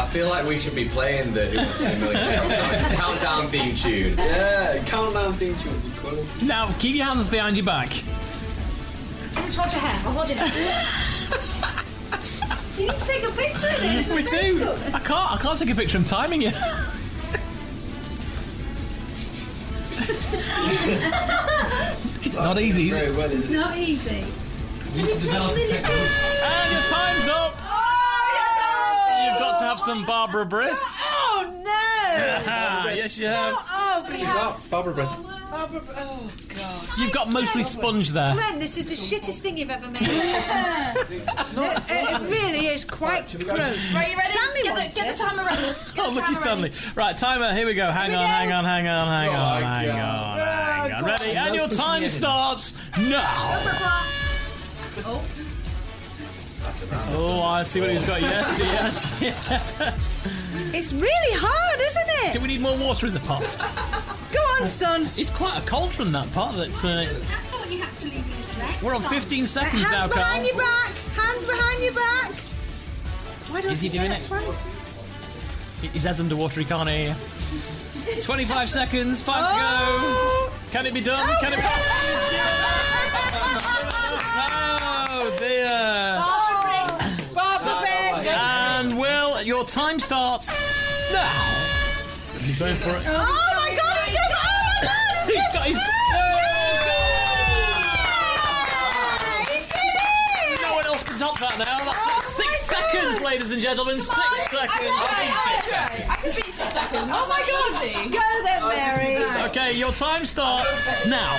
[SPEAKER 31] I feel like we should be playing the Who Wants to Be a Millionaire countdown theme tune.
[SPEAKER 7] Yeah, countdown thing to be cool.
[SPEAKER 4] Now, keep your hands behind your back.
[SPEAKER 11] Just hold your hand. I'll hold your hand.
[SPEAKER 5] Do you need to take a picture of this?
[SPEAKER 4] We do. I can't. I can't take a picture. I'm timing you. It's not easy. is it?
[SPEAKER 5] It's Uh, not easy.
[SPEAKER 4] And your time's up. Uh, You've got to have some Barbara breath.
[SPEAKER 5] Oh no!
[SPEAKER 4] yes, you have.
[SPEAKER 5] Oh, God.
[SPEAKER 4] Barbara breath.
[SPEAKER 5] Barbara- Oh God!
[SPEAKER 4] You've got mostly sponge there.
[SPEAKER 3] Glenn, this is the shittest thing you've ever made.
[SPEAKER 5] It, Uh, it really is quite gross.
[SPEAKER 11] Right, you ready?
[SPEAKER 5] Stanley
[SPEAKER 11] Get the-
[SPEAKER 5] wants
[SPEAKER 11] get
[SPEAKER 5] it.
[SPEAKER 11] the timer ready. Get the
[SPEAKER 4] Oh, looky
[SPEAKER 11] timer
[SPEAKER 4] Stanley. Right, timer. Here we go. Oh Hang on, hang on, hang on, hang on, hang on, hang on. Ready? And your time starts now.
[SPEAKER 11] Oh.
[SPEAKER 4] Oh, I see what he's got. Yes, yes, yes.
[SPEAKER 5] It's really hard, isn't
[SPEAKER 4] Do
[SPEAKER 5] it?
[SPEAKER 4] we need more water in the pot?
[SPEAKER 5] Go on, son.
[SPEAKER 4] It's quite a cauldron that pot. That's uh,
[SPEAKER 5] thought you had to leave me left.
[SPEAKER 4] we're on 15 seconds
[SPEAKER 5] Hands
[SPEAKER 4] now,
[SPEAKER 5] behind
[SPEAKER 4] Carl.
[SPEAKER 5] your back. Hands behind your back. Why do I
[SPEAKER 4] Is he
[SPEAKER 5] say
[SPEAKER 4] doing
[SPEAKER 5] that
[SPEAKER 4] it?
[SPEAKER 5] twice?
[SPEAKER 4] His head's underwater. He can't hear. you. 25 seconds.
[SPEAKER 5] Oh!
[SPEAKER 4] Five to Oh. go. Can it be done? Can it be? Oh dear.
[SPEAKER 5] Barbara Brick.
[SPEAKER 4] And Will, your time starts now. He's going for it.
[SPEAKER 5] Oh my God! He's done. Oh my God!
[SPEAKER 4] He's got his. No one else can top that now. That's it. six seconds, ladies and gentlemen. Six seconds.
[SPEAKER 11] I can beat six seconds.
[SPEAKER 5] Oh my God! Go then, Mary.
[SPEAKER 4] Okay, your time starts now.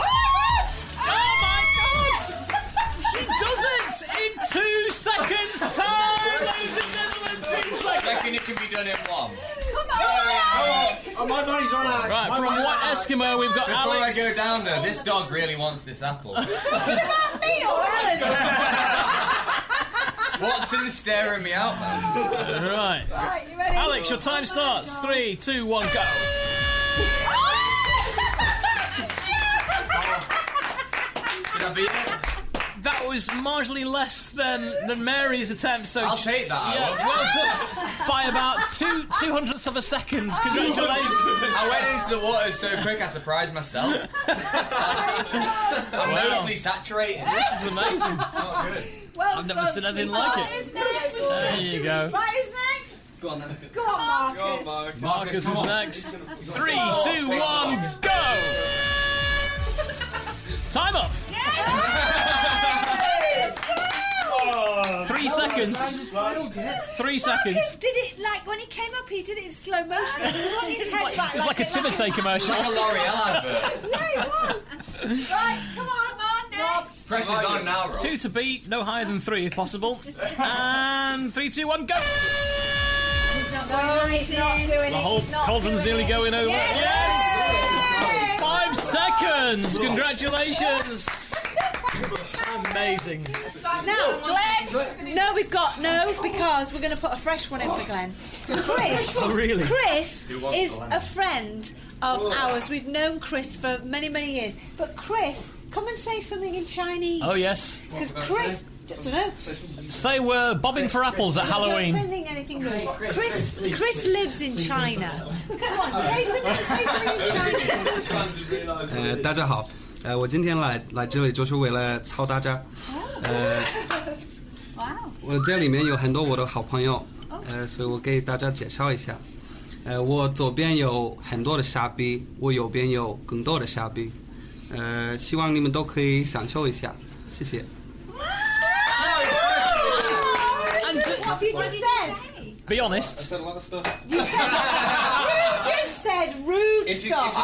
[SPEAKER 4] my God! She does it in two seconds' time, ladies and gentlemen. Two
[SPEAKER 31] I
[SPEAKER 4] seconds.
[SPEAKER 31] reckon it can be done in one.
[SPEAKER 6] Oh, my money's on Alex.
[SPEAKER 4] Right,
[SPEAKER 6] My
[SPEAKER 4] from
[SPEAKER 6] money's
[SPEAKER 4] what
[SPEAKER 6] on Alex.
[SPEAKER 4] Eskimo we've got
[SPEAKER 31] Before
[SPEAKER 4] Alex.
[SPEAKER 31] I go down there, this dog really wants this apple.
[SPEAKER 5] Me or Ellen?
[SPEAKER 31] Watson is staring me out, man.
[SPEAKER 4] Right.
[SPEAKER 5] Right, you ready?
[SPEAKER 4] Alex, your time starts. Three, two, one, go. That was marginally less than, than Mary's attempt, so I'll
[SPEAKER 31] take that,
[SPEAKER 4] Yeah,
[SPEAKER 31] Alex.
[SPEAKER 4] well done by about two two hundredths of a second. Congratulations!
[SPEAKER 31] I went into the water so quick I surprised myself. I'm
[SPEAKER 4] Wow.
[SPEAKER 31] mostly saturated.
[SPEAKER 4] This is amazing.
[SPEAKER 31] Not good.
[SPEAKER 5] Well
[SPEAKER 4] I've never
[SPEAKER 5] done,
[SPEAKER 4] seen anything
[SPEAKER 5] sweetheart.
[SPEAKER 4] like it.
[SPEAKER 5] Who's next?
[SPEAKER 4] There you go.
[SPEAKER 5] Right, who's next?
[SPEAKER 31] Go on then.
[SPEAKER 5] Go on, Marcus.
[SPEAKER 4] Marcus
[SPEAKER 31] come
[SPEAKER 4] is
[SPEAKER 31] on.
[SPEAKER 4] next. Three, two, one, go! Time up! Three seconds.
[SPEAKER 32] I don't
[SPEAKER 4] Three
[SPEAKER 5] Marcus
[SPEAKER 4] seconds.
[SPEAKER 5] did it like when he came up, he did it in slow motion. He brought his head
[SPEAKER 4] Like-
[SPEAKER 5] back
[SPEAKER 4] It's like a Timotei commercial.
[SPEAKER 33] Like a L'Oreal advert.
[SPEAKER 5] no, it was. Right, come on, on next.
[SPEAKER 4] Pressure's
[SPEAKER 33] on now, Rob.
[SPEAKER 4] Two to beat, no higher than three if possible. And three, two, one, go.
[SPEAKER 5] He's not no, he's not doing
[SPEAKER 4] The whole cauldron's nearly going over. Yes! Five seconds. Congratulations. Amazing.
[SPEAKER 5] Now, Glenn. No, we've got no because we're going to put a fresh one in for Glenn. Chris.
[SPEAKER 4] Oh, really?
[SPEAKER 5] Chris
[SPEAKER 4] Who wants
[SPEAKER 5] is
[SPEAKER 4] the lemon?
[SPEAKER 5] a friend of ours. We've known Chris for many, many years. But Chris, come and say something in Chinese.
[SPEAKER 4] Oh, yes.
[SPEAKER 5] Because Chris, just don't know.
[SPEAKER 4] Say we're bobbing for apples at
[SPEAKER 5] He's not
[SPEAKER 4] Halloween.
[SPEAKER 5] saying anything really. Chris, Chris lives in China. Come on, say something. Say something in Chinese.
[SPEAKER 6] 呃，大家好，呃，我今天来来这里就是为了操大家。呃，我这里面有很多我的好朋友，呃，所以我给大家介绍一下。呃，我左边有很多的虾币，我右边有更多的虾币。呃，希望你们都可以享受一下，谢谢。
[SPEAKER 5] What have you just said?
[SPEAKER 4] Be honest. I
[SPEAKER 33] said a lot of stuff.
[SPEAKER 5] You said you just said rude stuff.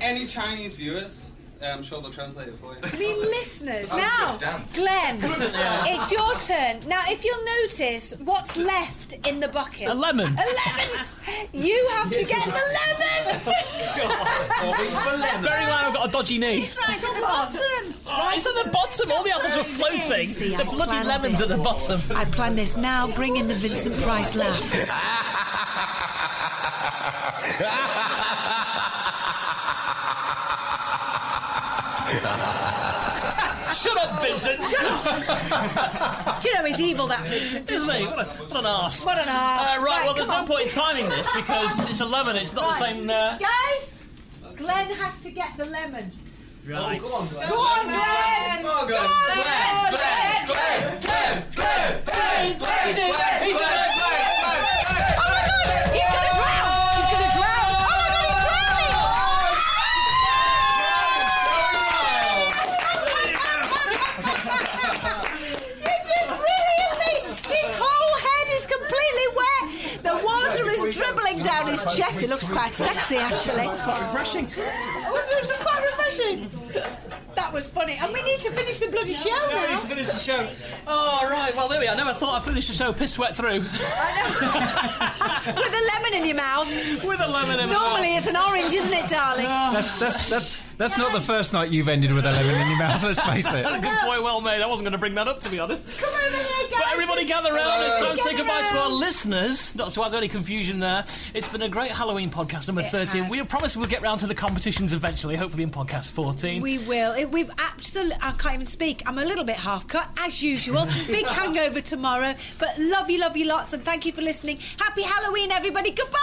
[SPEAKER 6] Any Chinese viewers, uh, I'm sure they'll translate it for you.
[SPEAKER 5] I mean, listeners.
[SPEAKER 6] Oh,
[SPEAKER 5] Now,
[SPEAKER 6] good stance.
[SPEAKER 5] Glenn,
[SPEAKER 6] Good stance.
[SPEAKER 5] it's your turn. Now, if you'll notice, what's left in the bucket?
[SPEAKER 4] A lemon.
[SPEAKER 5] A lemon. You have to get the lemon.
[SPEAKER 4] Very loud, I've got a dodgy knee.
[SPEAKER 5] It's right at the bottom.
[SPEAKER 4] Oh, it's at the bottom. All the apples were floating.
[SPEAKER 5] See,
[SPEAKER 4] the
[SPEAKER 5] I
[SPEAKER 4] bloody
[SPEAKER 5] planned
[SPEAKER 4] lemons at
[SPEAKER 5] this.
[SPEAKER 4] the bottom.
[SPEAKER 34] I plan this now. Bring in the Vincent Price laugh.
[SPEAKER 4] Shut up, Vincent. Shut
[SPEAKER 5] up. Do you know he's evil, that Vincent?
[SPEAKER 4] Isn't he? What, a, what an arse.
[SPEAKER 5] What an arse.
[SPEAKER 4] Uh, right, well,
[SPEAKER 5] Right,
[SPEAKER 4] there's
[SPEAKER 5] come
[SPEAKER 4] no
[SPEAKER 5] on.
[SPEAKER 4] point in timing this because it's a lemon. It's not the
[SPEAKER 5] Right.
[SPEAKER 4] same.
[SPEAKER 35] Oh,
[SPEAKER 4] Uh,
[SPEAKER 5] Guys, Glenn has to get the lemon.
[SPEAKER 4] right.
[SPEAKER 5] Go on, Glenn. Go on, Glenn.
[SPEAKER 4] He's in. He's in.
[SPEAKER 5] Oh Oh You did brilliantly. His whole head is completely wet. The water is dribbling down his chest. It looks quite sexy, actually.
[SPEAKER 34] It's quite
[SPEAKER 4] refreshing.
[SPEAKER 5] It was, it was quite refreshing. That was funny. And we need to finish the bloody show
[SPEAKER 4] No, we
[SPEAKER 5] now.
[SPEAKER 4] need to finish the show. Oh, right. Well, there we are. Never thought I'd finish the show piss wet through.
[SPEAKER 5] With a lemon in your mouth.
[SPEAKER 4] With a lemon in my
[SPEAKER 5] Normally
[SPEAKER 4] mouth. Ah.
[SPEAKER 5] it's an orange, isn't it, darling?
[SPEAKER 35] That's, that's, that's, that's not the first night you've ended with a lemon in your mouth, let's face it.
[SPEAKER 4] Good point, well made. I wasn't going to bring that up, to be honest.
[SPEAKER 5] Come over here, guys.
[SPEAKER 4] But everybody gather round. It's time to say
[SPEAKER 5] Gather
[SPEAKER 4] goodbye to our
[SPEAKER 5] round.
[SPEAKER 4] listeners. Not to have any confusion there. It's been a great Halloween podcast, number 13. We promise we'll get round to the competitions eventually, hopefully in podcast 14.
[SPEAKER 5] We will. It, we've absolutely. I can't even speak. I'm a little bit half cut, as usual. Big hangover tomorrow. But love you, love you lots, and thank you for listening. Happy Halloween, everybody. Goodbye.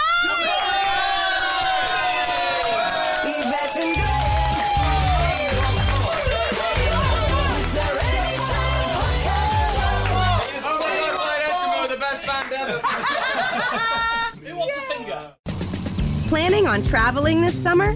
[SPEAKER 36] Yvette and Glenn.
[SPEAKER 33] Oh my god, Ryan Eskimo, the best band ever!
[SPEAKER 4] Who wants a finger?
[SPEAKER 37] Planning on traveling this summer?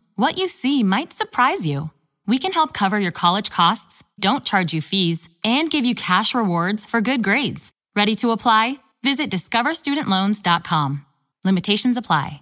[SPEAKER 2] what you see might surprise you. We can help cover your college costs, don't charge you fees, and give you cash rewards for good grades. Ready to apply? Visit discoverstudentloans.com. Limitations apply.